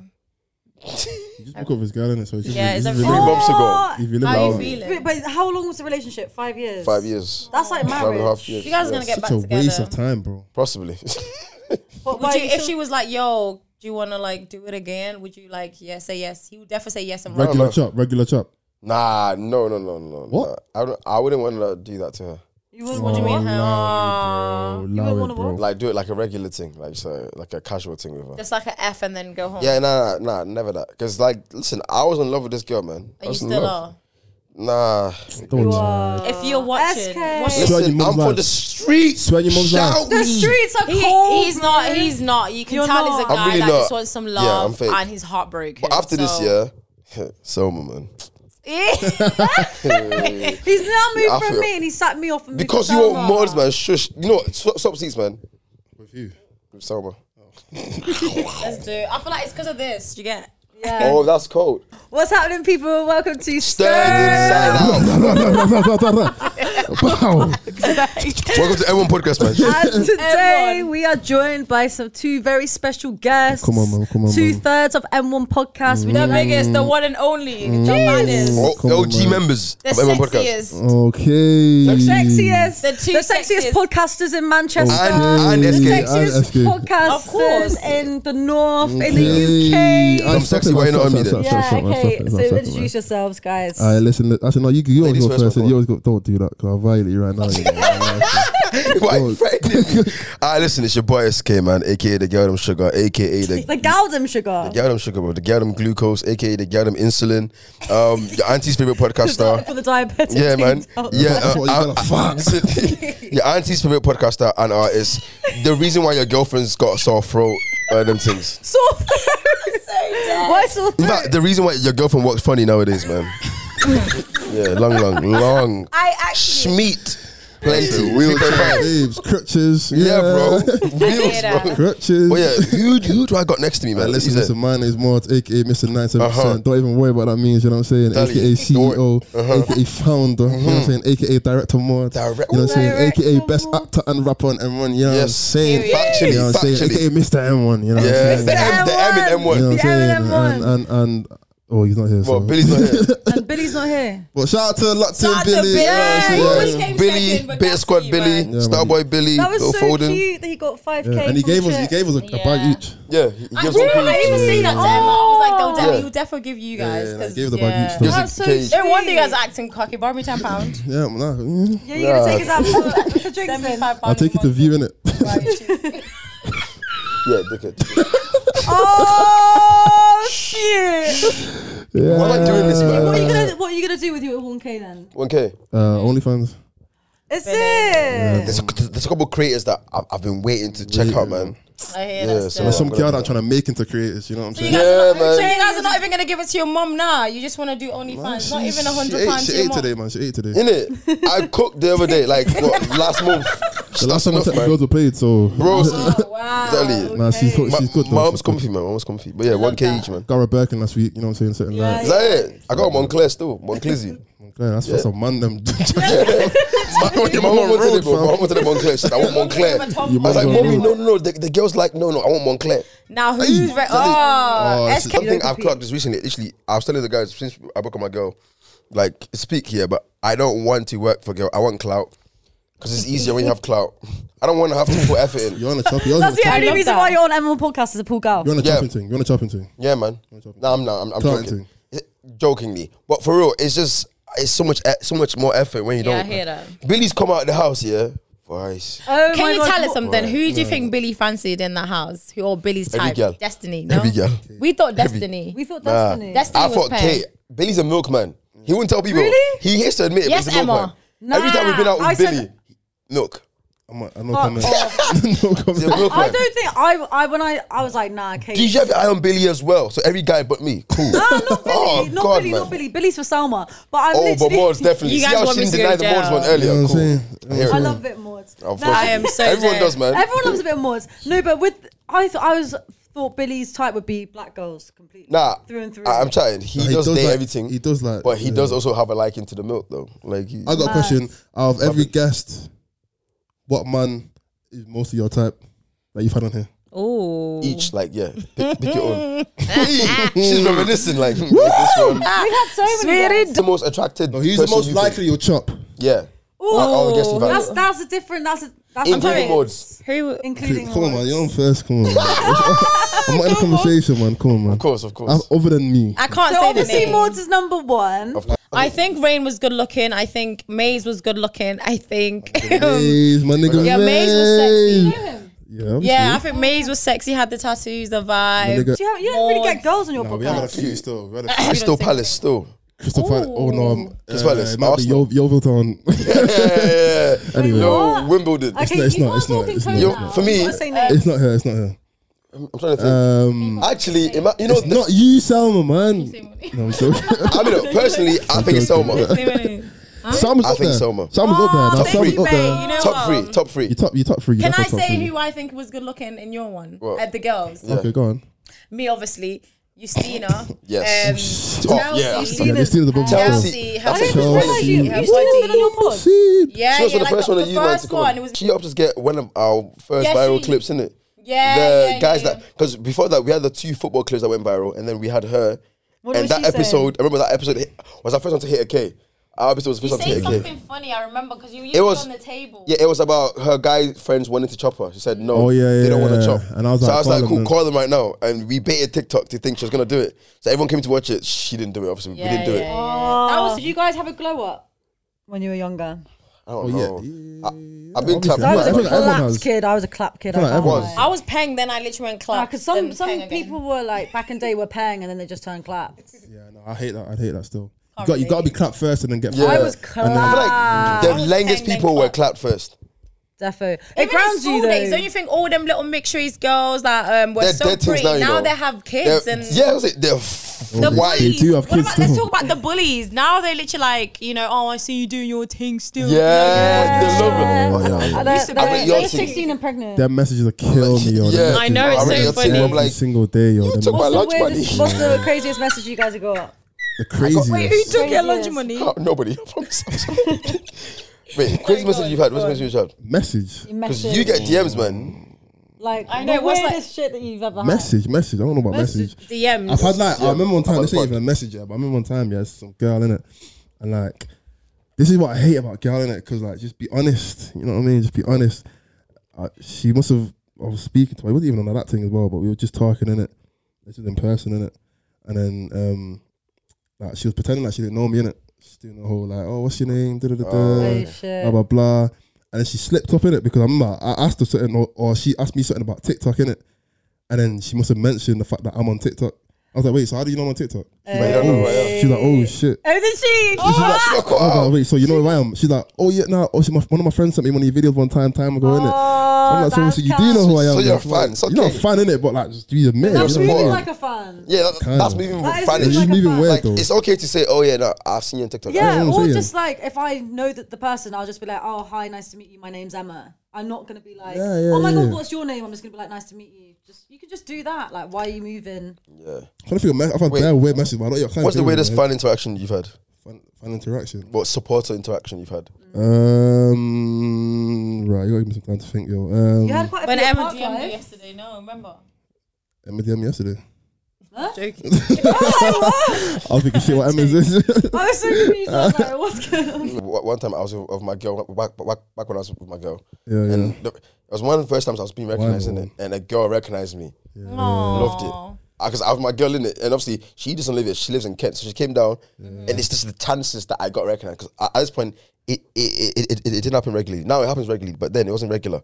A: You just broke up with his girl in it, so it's just,
F: Yeah,
A: it's
F: it's
A: just
F: a
A: really-
C: three months ago.
B: Oh,
A: if you live
F: How you
A: out,
B: But,
F: feeling?
B: but how long was the relationship? Five years.
C: five years.
B: That's like marriage.
C: Five and a half years.
F: You guys are
C: yeah.
F: gonna get
A: such
F: back
A: a waste
F: together.
A: of time, bro.
C: possibly.
B: But
F: Would
B: why
F: you,
B: you
F: if
B: still-
F: she was like, "Yo, do you want to like do it again?" Would you like, yeah, say yes? He would definitely say yes and right.
A: Regular
C: know.
A: chop, regular chop.
C: Nah, no, no, no, no.
A: What?
C: Nah. I don't, I wouldn't want to do that to her.
B: you wouldn't want to
A: Oh,
B: meet her.
A: allow it, bro.
B: wouldn't
A: Allow
B: wanna
A: it, bro.
C: Like do it like a regular thing, like so, like a casual thing with her.
F: Just like an F and then go home.
C: Yeah, nah, nah, nah, never that. Cause like, listen, I was in love with this girl, man. I
F: and you
C: was in
F: still
C: love.
F: are.
C: Nah,
A: Don't lie.
F: If you're watching,
B: SK.
F: watch
A: Swear your
C: listen,
A: mum's
C: I'm for
A: life.
C: the streets.
A: Swear your mum's
C: Shout
B: The
C: me.
B: streets are
F: He,
B: cold.
F: he's not. He's not. You can
B: You're
F: tell he's
B: not.
F: a guy
C: I'm really
F: that
C: not.
F: just wants some
C: Yeah,
F: love,
C: I'm fake.
F: and he's heartbroken.
C: But after this
F: so-
C: year, Selma, man.
B: He's now moved
C: I
B: from
C: feel-
B: me and he sacked me off. And moved
C: Because
B: to
C: you
B: Selma.
C: want mods, man. Shush. You know what? Swap, swap seats, man.
A: With you.
C: With Selma.
F: Let's do. it. I feel like it's because of this. You get.
B: Yeah.
C: Oh, that's cold.
B: What's happening, people? Welcome to
C: Stand
B: Stir.
C: inside out.
A: Rah, rah, rah, rah, rah, rah, rah. wow.
C: Welcome to everyone podcast, man.
B: And today
F: Everyone.
B: we are joined by some two very special guests.
A: Come on, man. Come on,
B: Two
A: man.
B: thirds of M1 podcast. We
F: The
C: Mm.
B: don't like
F: biggest, the one and only, the baddest,
C: Oh,
A: Come on,
C: OG
A: man.
C: members
F: the
C: of everyone podcast.
F: sexiest.
A: Okay.
B: sexiest.
F: The two
B: the
F: sexiest.
B: sexiest, podcasters in Manchester.
A: Oh,
C: And, and
A: Okay.
C: SK.
A: Yeah,
B: sexiest
A: that's good.
F: Of course.
B: podcasters in the north, in
A: Hey,
B: the UK.
A: I'm
C: sexy,
A: stopping,
C: why you not
A: I'm
C: on
A: stopping,
C: me then?
A: I'm
B: yeah,
A: stopping, I'm stopping,
B: okay.
A: I'm
B: So
A: stopping,
B: introduce
A: man.
B: yourselves, guys.
A: All right, listen. I said no. You, you always
C: Ladies
A: go
C: first,
A: first.
C: my
A: You
C: God.
A: always go. Don't do that. Cause I violate you right now. you know.
C: Why you threatening me? Ah, listen, it's your boy SK, man, aka the Galdem Sugar, aka the
B: The Galdem Sugar.
C: Galdem Sugar, bro, the Galdem Glucose, aka the Galdem Insulin, um, your auntie's favorite podcast star.
B: For the diabetic.
C: Yeah, man.
B: Yeah.
C: Yeah,
A: That's what you
C: uh,
A: gotta
C: uh, your auntie's favorite podcaster and artist. The reason why your girlfriend's got a sore throat, uh, them things.
B: Sore throat. Why sore
C: In
B: throat?
C: fact, the reason why your girlfriend works funny nowadays, man. yeah, long, long, long.
F: I actually.
C: Schmeat, plenty.
A: Wheelchair, babes, crutches.
C: Yeah, bro.
F: hear
C: Wheels,
F: that.
C: bro.
A: Crutches.
C: Well, Oh, yeah, who who do I got next to me, man?
A: Like, listen,
C: Is it-
A: listen, my name's Mart, aka Mr. 97%.
C: Uh-huh.
A: Don't even worry about that means, you know what I'm saying?
C: Tally.
A: aka CEO,
C: Uh-huh. Mm-hmm.
A: aka founder, you know what I'm saying? Aka director Mart,
C: Direct-
A: you know what I'm saying?
B: Director
A: Aka best
B: Mort.
A: actor and rapper on M1, you know what I'm
C: Yes.
A: saying?
C: Factually,
A: You know what I'm saying?
C: factually.
A: Aka Mr. M1, you know what I'm
C: Yeah,
A: saying?
C: the M, the M in
A: You know what
C: M1.
A: I'm
B: The
A: saying?
B: M1.
A: And, and, and, oh, he's not here. so.
C: Well, Billy's not here.
B: And Billy's not here.
A: But shout out to Lots
E: Shout
A: and
E: out to Billy.
A: Billy. uh, you know what I'm
E: Yeah,
A: saying?
E: he was
C: Yeah.
E: came
C: Billy,
E: second, but
C: Bit
E: that's
C: Squad
E: me,
C: Billy,
A: man. Yeah,
C: Starboy Billy,
B: That was
C: Little
B: so
C: Foden.
B: cute that he got 5k.
A: Yeah, and he
B: from
A: gave us, he
B: Chip.
A: gave us a, a
F: Yeah.
A: bag each.
C: Yeah, he
F: I,
C: gives him
F: didn't- I even
C: credit.
F: say that to Emma. I was like,
B: Oh.
F: no, Daddy,
C: Yeah.
F: he'll definitely give you
A: Yeah,
F: guys.
A: yeah, like,
F: 'cause-
A: give us a bag each,
F: yeah.
C: Gives him
B: That's so
C: cage.
B: sweet.
F: No wonder you guys are acting cocky. Borrow me ten pound.
A: Yeah, nah, mm.
B: Yeah, you're gonna take us out for, for drinks
F: Seventy
B: then.
F: five pound.
A: I'll take you to view innit.
F: it.
C: Yeah, dickhead.
B: Oh shit!
A: yeah.
C: Why am I doing this,
B: What are you
C: man?
B: gonna What are you gonna do with your 1k then?
C: 1K.
A: Uh, OnlyFans.
B: Is it?
C: There's a, there's a couple of creators that I've, I've been waiting to check out, man.
F: I hear
C: Yeah,
F: that.
C: so-
F: still.
A: There's some
C: Yeah, I'm
A: girl
C: gonna-
A: that trying to make into creators, you know what I'm
F: So you,
A: saying?
F: guys are
C: Yeah,
F: not, so
C: man.
F: you guys are not even gonna give it to your mom now. You're just wanna do OnlyFans. Not even a hundred pounds
A: She
F: to your
A: ate
F: mom.
A: today, man. She ate today.
C: In it, I cooked the other day, like what last month.
A: the last time I checked,
C: That's
A: the
C: enough,
A: girls were paid, so.
C: bro.
F: Oh, wow.
C: Exactly.
A: Nah, she's,
C: My,
A: she's good.
C: my
A: though,
C: mom's
A: she's good.
C: comfy, man. My mom's comfy. But yeah, 1K each, man.
A: Got her Birkin last week, you know what I'm saying? Sitting yeah.
C: Is that it? I got Moncler still. Monclizzy.
A: Yeah, that's for some man, them.
C: My mom wanted it, bro. My mom wanted the Moncler. She said, I want
F: Give a
C: Moncler.
F: Tom
A: You
C: I was
A: might as
C: like,
A: well do
C: mommy, no, no, no. The, the girl's like, no, no, I want Moncler.
F: Now who's re- oh,
A: Oh, this is
F: SK
C: Something I've clocked just recently, literally, I was telling the guys since I broke up with my girl, like, speak here, but I don't want to work for girl. I want clout. Because it's easier when you have clout. I don't want to have to put effort in.
A: You're on a chopping. You're on
B: That's
A: a
B: the
A: chopping.
B: only
F: love
B: reason
F: that.
B: why you're on M1 podcast is a pool girl.
A: You're on a
C: Yeah.
A: chopping thing. You're on a chopping thing.
C: Yeah, man. No, I'm not. I'm, I'm
A: Clout
C: joking. Jokingly. But for real, it's just, it's so much, e- so much more effort when you
F: Yeah, I
C: don't.
F: hear that.
C: Billy's come out of the house, yeah? Vice.
B: Oh my
F: Can you
B: God,
F: tell us
B: what-
F: something? Who do you think Billy fancied in that house? Who or Billy's
C: Every
F: type?
C: girl.
F: Destiny. No?
C: Every girl.
F: We thought Destiny.
B: We thought
C: Nah.
B: Destiny.
F: That's-
C: I
F: He was
C: thought
F: pale.
C: Kate, Billy's a milkman. He wouldn't tell people.
B: Really?
C: He hates to admit it,
F: Yes,
C: but he's a milkman.
F: Emma.
C: Every time we've been out with
B: Nah, I said-
C: Billy, milk.
A: I'm not, I'm not coming. no
C: He's a
A: comment.
C: milkman.
B: I don't think I. I when I I was like, nah, Kate.
C: Did you have your eye on Billy as well? So every guy but me. Cool.
B: Nah, Ah, not Billy,
C: Oh,
B: not
C: God,
B: Billy,
C: man.
B: not Billy. Billy's for Selma, but I'm
C: Oh, but
B: literally.
C: Mord's definitely.
F: You
C: See
F: guys
C: how
F: want
C: she
F: me to
C: didn't
F: go
C: deny the
F: jail.
C: Mord's one earlier.
A: You know what I'm
C: cool.
A: saying?
C: I hear it.
B: I love a bit more.
C: Unfortunately.
F: I am so
C: Everyone
F: dead.
C: does, man.
B: Everyone loves a bit of Moods. No, but with I thought I was thought Billy's type would be black girls completely.
C: Nah,
B: through and through.
C: I, am chatting. He,
A: He
C: does,
A: does
C: date
A: like-
C: everything.
A: he does like-
C: but he
A: yeah.
C: does also have a liking to the milk, though. Like, he,
A: I got a question. Out of every guest, what man is mostly your type that you've had on here?
F: Oh.
C: each, like, yeah, pick, pick your own. She's reminiscing, like, hmm, like this one.
B: We've had so many.
F: Sweetie.
B: guys.
C: the most attracted.
A: No, he's the
C: person
A: most
C: you
A: likely
C: Think.
A: you'll chop.
C: Yeah.
B: Ooh,
C: Oh, I guess you've
B: that's
C: had-
B: that's a different. That's a that's
C: Including
B: a
C: Moods.
F: Who?
B: Including
A: Come on, man.
B: Moods.
A: You're on first. Come on. man. I'm not in a conversation, man. Come on, man.
C: Of course, of course.
A: Uh, Other than me.
F: I can't
B: So
F: say the
B: obviously
F: name.
B: Moods is number one.
C: Of course.
F: I think Rain was good looking. I think Maze was good looking. I think. um,
A: Maze, my nigga.
F: yeah, Maze was
A: Maze.
F: sexy.
A: Yeah, obviously.
F: Yeah, I think Maze was sexy. Had the tattoos, the
A: My
F: vibe.
A: nigga.
B: Do you, have, you don't really
F: Moods.
B: get girls on your
A: Nah, we haven't had a
B: podcast.
A: few still. We had a few.
C: Crystal
F: think
C: Palace, still.
A: Crystal Palace. Oh no, I'm,
C: Crystal Palace,
A: It might be
C: Arsenal.
A: Yov- Yeovil Town.
C: yeah, yeah, yeah.
A: Anyway.
C: Yo, Wimbledon.
B: Okay,
A: not- it's
B: you
A: not-
B: can't
A: it's not-
B: talk in
A: it's not-
B: code
C: Yo,
B: now.
C: for me-
B: You gotta say no.
A: it's not her. It's not her.
C: I'm trying to think.
A: Um,
C: Actually, it might- you know,
A: it's not you, Selma, man. No, I'm joking.
C: I mean, no, personally, I think it's Selma.
A: Selma's
C: I
A: up
C: think
A: there.
C: Selma.
A: Selma's up
D: Oh,
A: there. Now,
C: Top three.
A: Selma's up there.
F: You know
C: top
F: what?
C: three, top three.
A: You top. You top three.
F: Can
A: That's
F: I
A: not top
F: say
A: three.
F: who I think was good looking in your one
C: What?
F: at the girls?
A: Okay, go on.
F: Me, obviously. Justina.
C: Yes.
F: Um,
C: Top,
F: Chelsea.
C: yeah.
A: Yeah, this dude is the big
C: Chelsea.
A: one.
F: Chelsea.
C: That's
F: her
C: a
B: I didn't
C: Chelsea.
B: realize you.
F: Her
B: You still
F: body.
B: been on your pod.
A: See?
F: Yeah,
C: she was
F: yeah,
C: the
F: like
C: first
F: the,
C: one that
F: the
C: you man to
F: first
C: come
F: one.
C: on.
F: It was
C: She helped us get one of our first
F: Yeah,
C: viral
F: she-
C: clips, innit?
F: yeah,
C: the
F: yeah,
C: guys
F: yeah.
C: that because before that we had the two football clips that went viral, and then we had her.
B: What
C: and
B: was
C: that
B: she saying?
C: episode, I remember that episode hit, was our first one to hit a K. Our episode was the
D: You
C: first one
D: say
C: to hit a
D: something
C: K.
D: funny, I remember, because you used
C: It
D: it
C: was-
D: on the table.
C: Yeah, it was about her guy friends wanting to chop her. She said no,
A: Oh, yeah,
C: they don't
A: yeah,
C: want to
A: yeah.
C: chop.
A: And I was
C: so
A: like,
C: I was
A: call
C: like,
A: them
C: cool,
A: then.
C: call them right now. And we baited TikTok to think she was gonna do it. So everyone came to watch it. She didn't do it. Obviously, we didn't do it.
B: That was. Did you guys have a glow up when you were younger?
C: I don't
A: yeah.
C: know. I, have been
A: obviously.
C: clapped.
A: That
B: I
A: Yeah,
B: was a
A: everyone- everyone
B: claps
A: has.
B: kid. I was a clap kid. I
A: like
B: can't
A: everyone
B: lie.
A: has.
F: I was pang then. I literally went clap.
B: Because some
F: then
B: some
F: peng again.
B: people were like back in day were paying and then they just turned clap.
A: Yeah, no, I hate that. I hate that still. You got, you got to be clapped first and then get
C: Yeah.
A: fired.
B: I was
A: then- I
C: I feel
B: clap.
C: like
F: I
C: the
F: was
C: longest
F: saying they
C: people were
F: clapped.
C: clapped first.
B: Defo. It
F: Even in
B: grounds
F: school
B: you though.
F: days, don't you think all them little mixed girls that um, were
C: They're
F: so
C: dead things
F: pretty
C: now,
F: now,
C: you know.
F: they have kids
C: They're-
F: and
C: Yeah, was it? They're f-
A: The
C: white.
A: They do have
D: What
A: kids
D: about, let's
A: still.
D: talk about the bullies. Now they're literally like, you know, oh, I see you doing your thing still.
C: Yeah,
B: Yeah.
C: they love it. Oh, yeah.
B: Uh, they're,
D: to be-
B: they're,
C: I'm like,
B: they're
C: yo,
B: 16 and pregnant.
A: Their messages are killing me, yo. Them
C: Yeah,
D: I know,
A: messages are
D: it's so
A: killing me
D: funny.
C: I'm
A: Every
C: like,
A: single day, yo. Them
C: took my
A: messages-
C: lunch
B: the
C: money.
B: weirdest- what's the craziest message you guys have got?
A: The craziest.
D: Who took your lunch
B: Craziest.
D: money?
C: Oh, nobody. I promise. I'm sorry.
D: Oh
C: Wait, crazy message you've had. What's the message you've had?
A: Message.
B: Message.
C: Because you get DMs, man.
B: like
F: I know,
B: the
F: what's like-
B: weirdest shit that you've ever had.
A: Message, message. I don't know about message.
F: DMs.
A: I've had like I remember one time.
C: About
A: This
C: the
A: ain't
C: pod.
A: even a message yet, but I remember one time. Yeah, some girl in it, and like this is what I hate about girl in it because like just be honest. You know what I mean? Just be honest. I, she must have. I was speaking to her. It wasn't even on that thing as well, but we were just talking in it. This is in person in it, and then um, like she was pretending like she didn't know me in it. She's doing the whole like, oh, what's your name? Da da da
B: Oh,
A: da.
B: shit.
A: Blah blah blah. And then she slipped up in it because I remember I asked her something, or, or she asked me something about TikTok in it, and then she must have mentioned the fact that I'm on TikTok. I was like, wait, so how do you know I'm on TikTok? She's like,
C: don't know who
A: oh,
C: I am.
A: she's like, oh shit.
B: Oh, did she?
C: She got caught
A: I was
C: out.
A: like, wait, so you know who I am? She's like, oh yeah, no, oh, she, my, one of my friends sent me one of your videos one time, time ago, innit? I'm like, so, so you do know who I am?
C: So you're a
A: bro.
C: fan, it's
A: You're not a
C: okay.
A: fan, innit? But like, just you admit it.
C: You're
A: you know
C: a
A: what I
B: Really
A: mean?
C: supporter.
B: like a fan.
C: Yeah, that-
A: Kinda.
C: that's me even
B: That is
C: funny.
A: It's
B: like a
A: even
B: fan.
A: weird
C: Like,
A: though.
C: it's okay to say, oh yeah, no, I've seen you on TikTok.
B: Yeah,
A: what I'm
B: or
A: saying.
B: just like if I know that the person, I'll just be like, "Oh, hi, nice to meet you. My name's Emma." I'm not gonna be like,
A: Yeah, yeah,
B: "Oh my
A: yeah.
B: god, what's your name?" I'm just gonna be like, "Nice to meet you." Just you can just do that. Like, why are you moving?
C: Yeah.
A: I'm trying to think of, me- I've had
C: Wait.
A: bare weird messages, but I don't know.
C: What's the weirdest fan interaction you've had?
A: fan, fan interaction?
C: What supporter interaction you've had?
A: Um, right, you gotta give me some time to think, yo. Um,
B: You had quite a
F: When
B: few
F: Emma
B: apart,
F: DM'd
B: guys.
F: you yesterday, no, remember?
A: Emma DM me Um, yesterday.
F: Joking.
A: I was thinking, shit, what Emma is this?
B: I was so confused. I was like, "What's going on?"
D: Mm.
C: Wa- One time I was with with my girl back, back, back when I was with my girl,
A: yeah, yeah.
C: and the, it was one of the first times I was being recognized in
A: Wow.
C: it, and a girl recognized me. Loved it. Because I have my girl in it, and obviously she doesn't live here. She lives in Kent, so she came down, and it's just the chances that I got recognized. Because at this point, it it, it, it it didn't happen regularly. Now it happens regularly, but then it wasn't regular.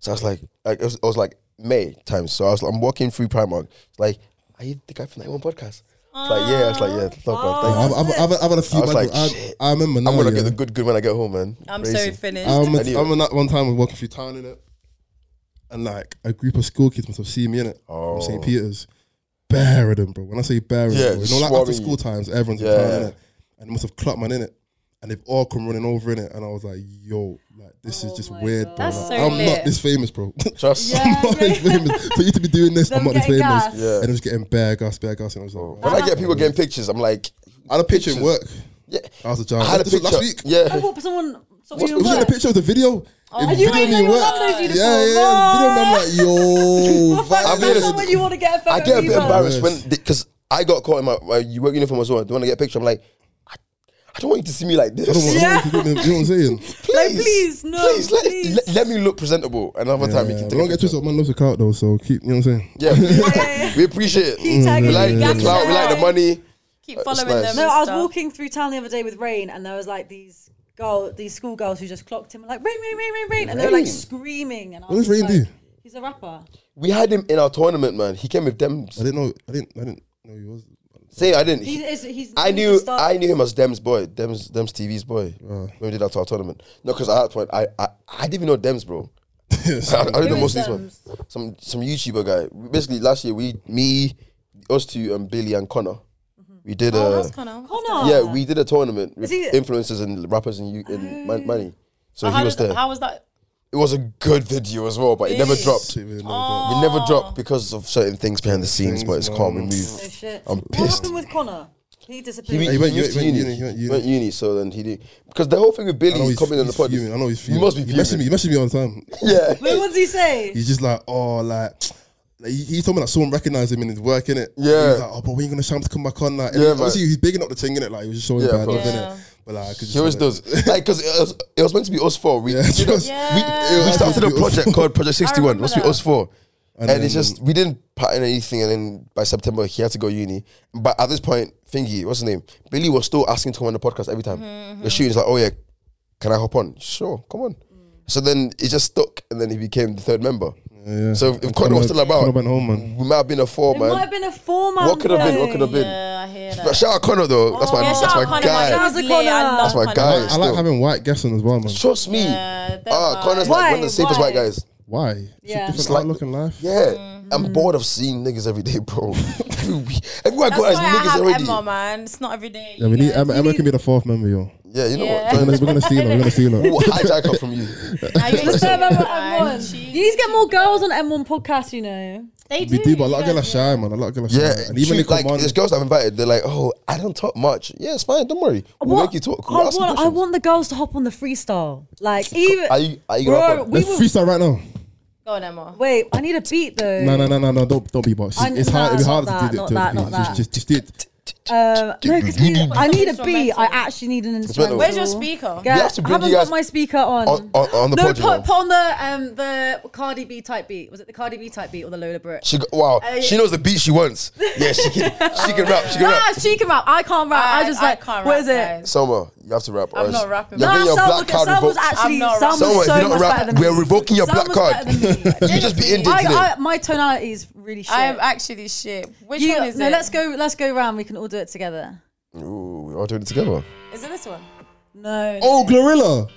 C: So I was like, like it, was, it was like May times. So I was, I'm walking through Primark. It's like, are you the guy from that one podcast? It's like, yeah. I was like, yeah. Love, bro, thank you.
A: I've, I've, I've, I've had a few.
C: I was
A: bad-
C: like,
A: I,
C: shit.
A: I remember now.
C: I'm gonna
A: yeah.
C: get the good good when I get home, man.
F: I'm
C: Crazy.
F: so finished.
A: I remember,
C: Anyway.
A: I remember that one time I was walking through town in it, and like a group of school kids must have seen me in it
C: Oh.
A: from St. Peter's. Bare of them, bro. When I say bare of
C: Yeah,
A: them, bro, you know, like
C: swarming
A: after school
C: you.
A: times, everyone's
C: Yeah.
A: in town in it, and they must have clocked man in it, and they've all come running over in it, and I was like, yo, like this is just weird, bro.
F: That's
A: Like,
F: so
A: I'm not
F: lit.
A: this famous, bro.
C: Trust.
B: Yeah.
A: I'm not this famous. For you to be doing this,
B: Them
A: I'm not this
B: getting
A: famous.
B: gassed.
C: Yeah. Oh.
A: And I'm just getting bare gas, bare gas, and I was like,
C: When I get people getting pictures, I'm like,
A: I had a picture in work.
C: yeah.
A: I was a giant.
C: I had a picture
A: last week.
B: Oh,
C: Yeah.
B: what? Someone. someone
A: It was in the picture of the video. It
B: And Oh, you
A: videoed
B: ain't
A: me
B: even
A: work.
B: love those uniforms.
A: Yeah, yeah. Video man, like yo.
C: I'll be
B: That's
C: honest,
B: someone you want to get a photo.
C: I get a bit
B: either.
C: embarrassed when because I got caught in my, my you work uniform as well. Do you want to get a picture? I'm like, I, I don't want you to see me like
A: I don't want
C: this.
A: I don't want to do them, you know what I'm saying?
C: Please,
B: please, no,
C: please, let,
B: please.
C: Let, let me look presentable. Another time you
A: Yeah,
C: can
A: but
C: take.
A: don't
C: a
A: get
C: picture.
A: twisted. Man loves a clout though, so keep. You know what I'm saying?
C: Yeah, we appreciate it.
B: tagging
C: We
B: me,
C: like the
B: that's
C: clout. We like the
B: right.
C: money.
F: Keep following
C: nice.
F: them.
B: No,
C: No,
F: and
B: I was
F: stuff.
B: walking through town the other day with Rain, and there was like these girl, these school girls who just clocked him like Rain, Rain, Rain, Rain, Rain, and they were like
C: Rain?
B: screaming. And I
A: What
B: was
A: does
B: just
A: Rain
B: like,
A: do?
B: He's a rapper.
C: We had him in our tournament, man. He came with them.
A: I didn't know. I didn't. I didn't know he was.
C: Say I didn't.
B: He's, he's, he's
C: I
B: he's
C: knew
B: a star.
C: I knew him as Dem's boy, Dem's Dem's TV's boy. When we did that to our tournament. No, because at that point I, I I didn't even know Dem's bro. I, I didn't know
F: Who
C: most
F: is
C: of these one.
F: Dems?
C: Some some YouTuber guy. We- Basically last year we me, us two and Billy and Connor. We did
F: Oh,
C: a
F: that's Connor.
B: Connor.
C: yeah we did a tournament with
B: he-
C: influencers and rappers and you in money. So
F: Oh. how,
C: he was
F: did-
C: there.
F: how was that?
C: It was a good video as well, but it never
F: It is.
C: dropped. It
A: Oh.
C: never dropped because of certain things behind the scenes, but it's
A: Things,
C: calm. We
A: man.
C: move.
B: Oh, shit.
C: I'm
B: What
C: pissed.
B: happened with Connor? He disappeared.
C: He,
A: Hey, went-
C: went, he
A: he
C: went,
A: went-
C: uni.
A: he went uni, he went uni.
C: Went uni, so then he did because the whole thing with Billy
A: I know
C: is
A: he's,
C: coming on the
A: he's
C: pod.
A: fuming. I know he's fuming.
C: He must be
A: He messaged me.
C: fuming.
A: He messaged me all the time.
C: Yeah,
B: Wait, what did he say?
A: He's just like, oh, like. like, he, he told me that someone recognized him in his work, innit?
C: Yeah.
A: He's like, oh, but when you gonna shout him to come back on? Like,
C: Yeah,
A: yeah,
C: man.
A: obviously, he's bigging up the thing, innit? Like, he was just showing
C: Yeah,
A: yeah,
C: of
A: bad
C: course.
A: love,
F: Yeah.
A: innot? But like, I could just
C: he always
A: tell it.
C: does. Like because it was, it was meant to be us four. We
A: Yeah,
C: you know,
A: just-
F: Yeah.
C: we, we started a
A: Yeah.
C: project called Project Sixty One. Must be
F: remember
C: us four. And,
A: then-
C: it's just we didn't pattern anything, and then by September he had to go uni. But at this point, Thingy, what's his name? Billy was still asking to come on the podcast every time. We're shooting. He's like, "Oh yeah, can I hop on? Sure, come on." So then it just stuck, and then he became the third member.
A: Yeah.
C: So if Connor was still about,
A: Connor went home, man.
C: we might have been a four,
B: It
C: man.
B: might have been a four man.
C: What could have been? What could have been?
F: Yeah, I hear
C: But
F: that.
C: shout out Connor though. That's my
F: Yeah,
C: that's
F: shout
C: my
F: out Connor.
C: guy.
F: My
B: That's
F: guy's
B: a
F: lit. I
B: Connor.
F: love
C: That's my
F: Connor.
C: guy.
A: I like
C: still.
A: having white guests on as well, man.
C: Trust me.
F: Yeah, they're
C: Ah,
F: vibes.
C: Connor's like one of the safest
B: Why?
C: white guys.
A: Why? It's
B: Yeah.
A: a
C: It's
A: different
C: like-
A: outlook in life.
C: Yeah, I'm bored of seeing niggas every day, bro. every week, everyone
F: That's
C: got
F: why I
C: his niggas
F: have
C: already.
F: Emma, man. It's not every day.
A: Yeah, we need um, Emma. Emma can be the fourth member, yo.
C: Yeah, you know
F: Yeah.
A: We're gonna,
C: what?
A: we're gonna steal her. We're gonna steal her.
C: Who will hijack her from you?
B: Let's go about M1. You need to get more girls on M1 podcast, you know.
F: They do.
A: We do, but a lot of
F: you
A: girls are
F: guys-
A: shy, man. A lot of girls are
C: Yeah,
A: shy. And even
C: she-
A: they come
C: like
A: on.
C: there's girls I've invited. They're like, oh, I don't talk much. Yeah, it's fine. Don't worry. We'll
B: What-
C: make you talk. We'll
B: I
C: ask you
B: want, I
C: questions.
B: want the girls to hop on the freestyle. Like, even.
C: Are you? Are you gonna?
B: bro,
C: hop on?
B: we
A: Let's
B: were.
A: freestyle right now.
F: Go on, Emma.
B: Wait, I need a beat though.
A: No, no, no, no, no. Don't, don't be box.
B: I-
A: It's hard. It's
B: no,
A: hard
B: not
A: to do
B: that,
A: it. to
B: not that,
A: us.
B: not
A: Just-
B: that.
A: Just, just do it.
B: Um, no, because I need a beat. I
F: instrumental.
B: actually need an
C: Instrumental.
B: instrumental.
F: Where's your speaker?
B: Get,
C: You have to bring
B: I haven't
C: you guys
B: got my speaker on.
C: on, on, on the
B: no,
C: pod, you know.
B: put, put on the um the Cardi B type beat. Was it the Cardi B type beat or the Lola Britt?
C: She go, wow,
B: Uh,
C: she knows the beat she wants. Yeah, she can. she can rap. She can
B: Nah,
C: rap.
B: she can rap. I can't rap. I,
F: I-
B: just
F: I
B: like
F: can't
B: what
F: rap,
B: is it?
F: guys.
C: Summer, you have to rap. or
F: I'm
C: else
F: not rapping.
C: You're
F: Nah,
C: getting your
B: Selma,
C: black card
B: Selma was
C: revoked.
B: actually
F: I'm not
B: Selma
F: rapping.
B: was
C: Selma,
B: so
C: if you don't
B: much
C: rap,
B: better than
C: we're
B: me.
C: revoking your
B: Selma
C: black
B: was
C: card.
B: better than me.
C: You just be Indian today.
B: I, I, my tonality is really shit.
F: I am actually shit. Which
B: You-
F: one is
B: no,
F: it?
B: let's go. Let's go round. We can all do it together.
C: Ooh, we all doing it together.
F: Is it this one?
B: No.
A: Oh, Glorilla.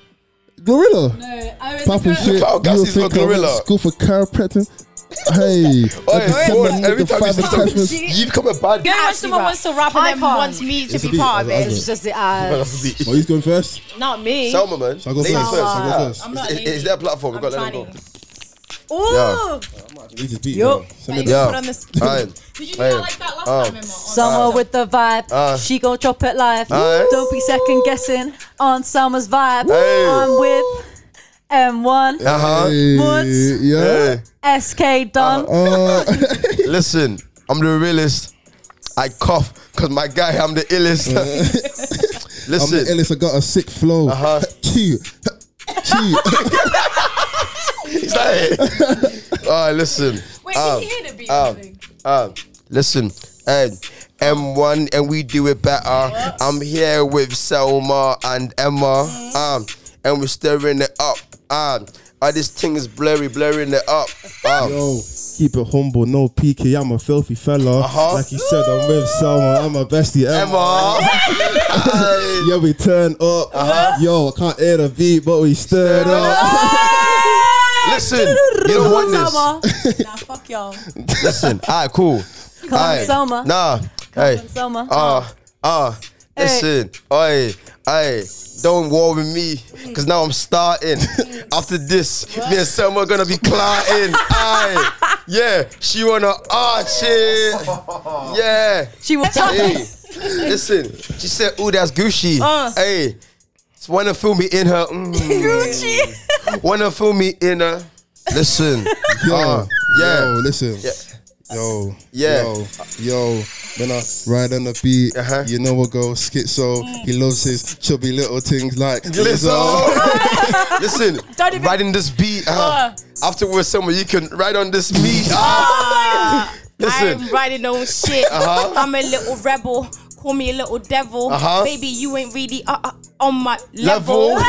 A: Glorilla.
B: no. Oh, is
A: Papa
B: it
A: shit.
C: Carl
A: You
C: Gassy's
A: think
C: got
A: I went to
C: Glorilla.
A: School for chiropractic. Hey.
C: Oi, Ford, every time you
A: five
C: see
A: attachments.
C: something, you become a bad
D: You know when
B: actually
D: someone
B: rap.
D: wants to rap and
B: I
D: then
B: can't.
D: wants me to
A: It's a
D: be
A: beat,
D: part
A: I-
D: of
A: I
D: it.
B: It's just the ad.
A: Oh, he's going first.
D: Not me.
C: Selma, man.
A: Shall I go
C: Ladies
A: first? Shall I go
C: first.
A: first?
D: I'm
C: It's,
D: not
C: it's,
D: a
C: it's
D: lady.
C: their platform. We've
D: I'm
C: got to let them
D: tiny.
C: go.
B: Oh,
A: We just beat,
B: Yup.
A: bro. Send it.
C: Yeah.
D: Put on this-
C: Alright.
D: Did you do
C: Hey.
D: that like that last
C: Oh.
D: time, Emma? On-
B: Summer with the vibe.
C: Uh.
B: she gon' drop it live.
C: Aye.
B: Don't be second guessing on Summer's vibe.
C: Hey.
B: I'm with M1,
C: Uh huh.
A: Hey,
B: Woods.
A: Yeah.
B: SK Don.
A: Uh,
C: Listen, I'm the realest. I cough because my guy, I'm the illest.
A: I'm the
C: Listen,
A: illest. I got a sick flow.
C: Uh-huh.
A: Chew. Chew.
C: is that it? All right, listen.
D: Wait,
C: Um,
D: did you hear the beat?
C: um, Um, listen, and M1 and we do it better. I'm here with Selma and Emma, um, and we're stirring it up. Um, uh, this thing is blurry, blurring it up. Um,
A: Yo, keep it humble, no PK. I'm a filthy fella.
C: Uh-huh.
A: Like you said, I'm with someone. I'm a bestie ever.
C: Emma, Aye.
A: Yeah, we turn up.
C: Uh-huh.
A: Yo, I can't hear the beat, but we stirred up.
C: listen, you don't want this.
B: Summer.
D: Nah, fuck y'all.
C: Listen, alright, cool.
B: Come on,
C: Aye.
B: Selma.
C: Nah, hey,
B: Selma.
C: ah,
D: Uh,
C: ah, listen, oi, oi. Don't war with me, cause now I'm starting. After this, me and Selma are gonna be clotting. Aye, yeah, she wanna arch it. Yeah,
B: She was
C: hey, listen, she said, "Ooh, that's Gucci."
D: Uh.
C: Hey, wanna feel me in her? Mm.
B: Gucci.
C: Wanna feel me in her? Listen, ah,
A: Yo,
C: yeah,
A: listen. Yo.
C: Yeah.
A: Yo. Yo. When I ride on the beat,
C: Uh-huh.
A: you know what goes schizo. He loves his chubby little things like
C: glizzo. Listen,
D: Don't even-
C: riding this beat. Uh, afterwards, somewhere you can ride on this beat.
D: Ah,
C: Listen.
D: I ain't riding no shit. I'm a little rebel. Call me a little devil.
C: Uh-huh.
D: Baby, you ain't really uh, uh, on my level.
C: level.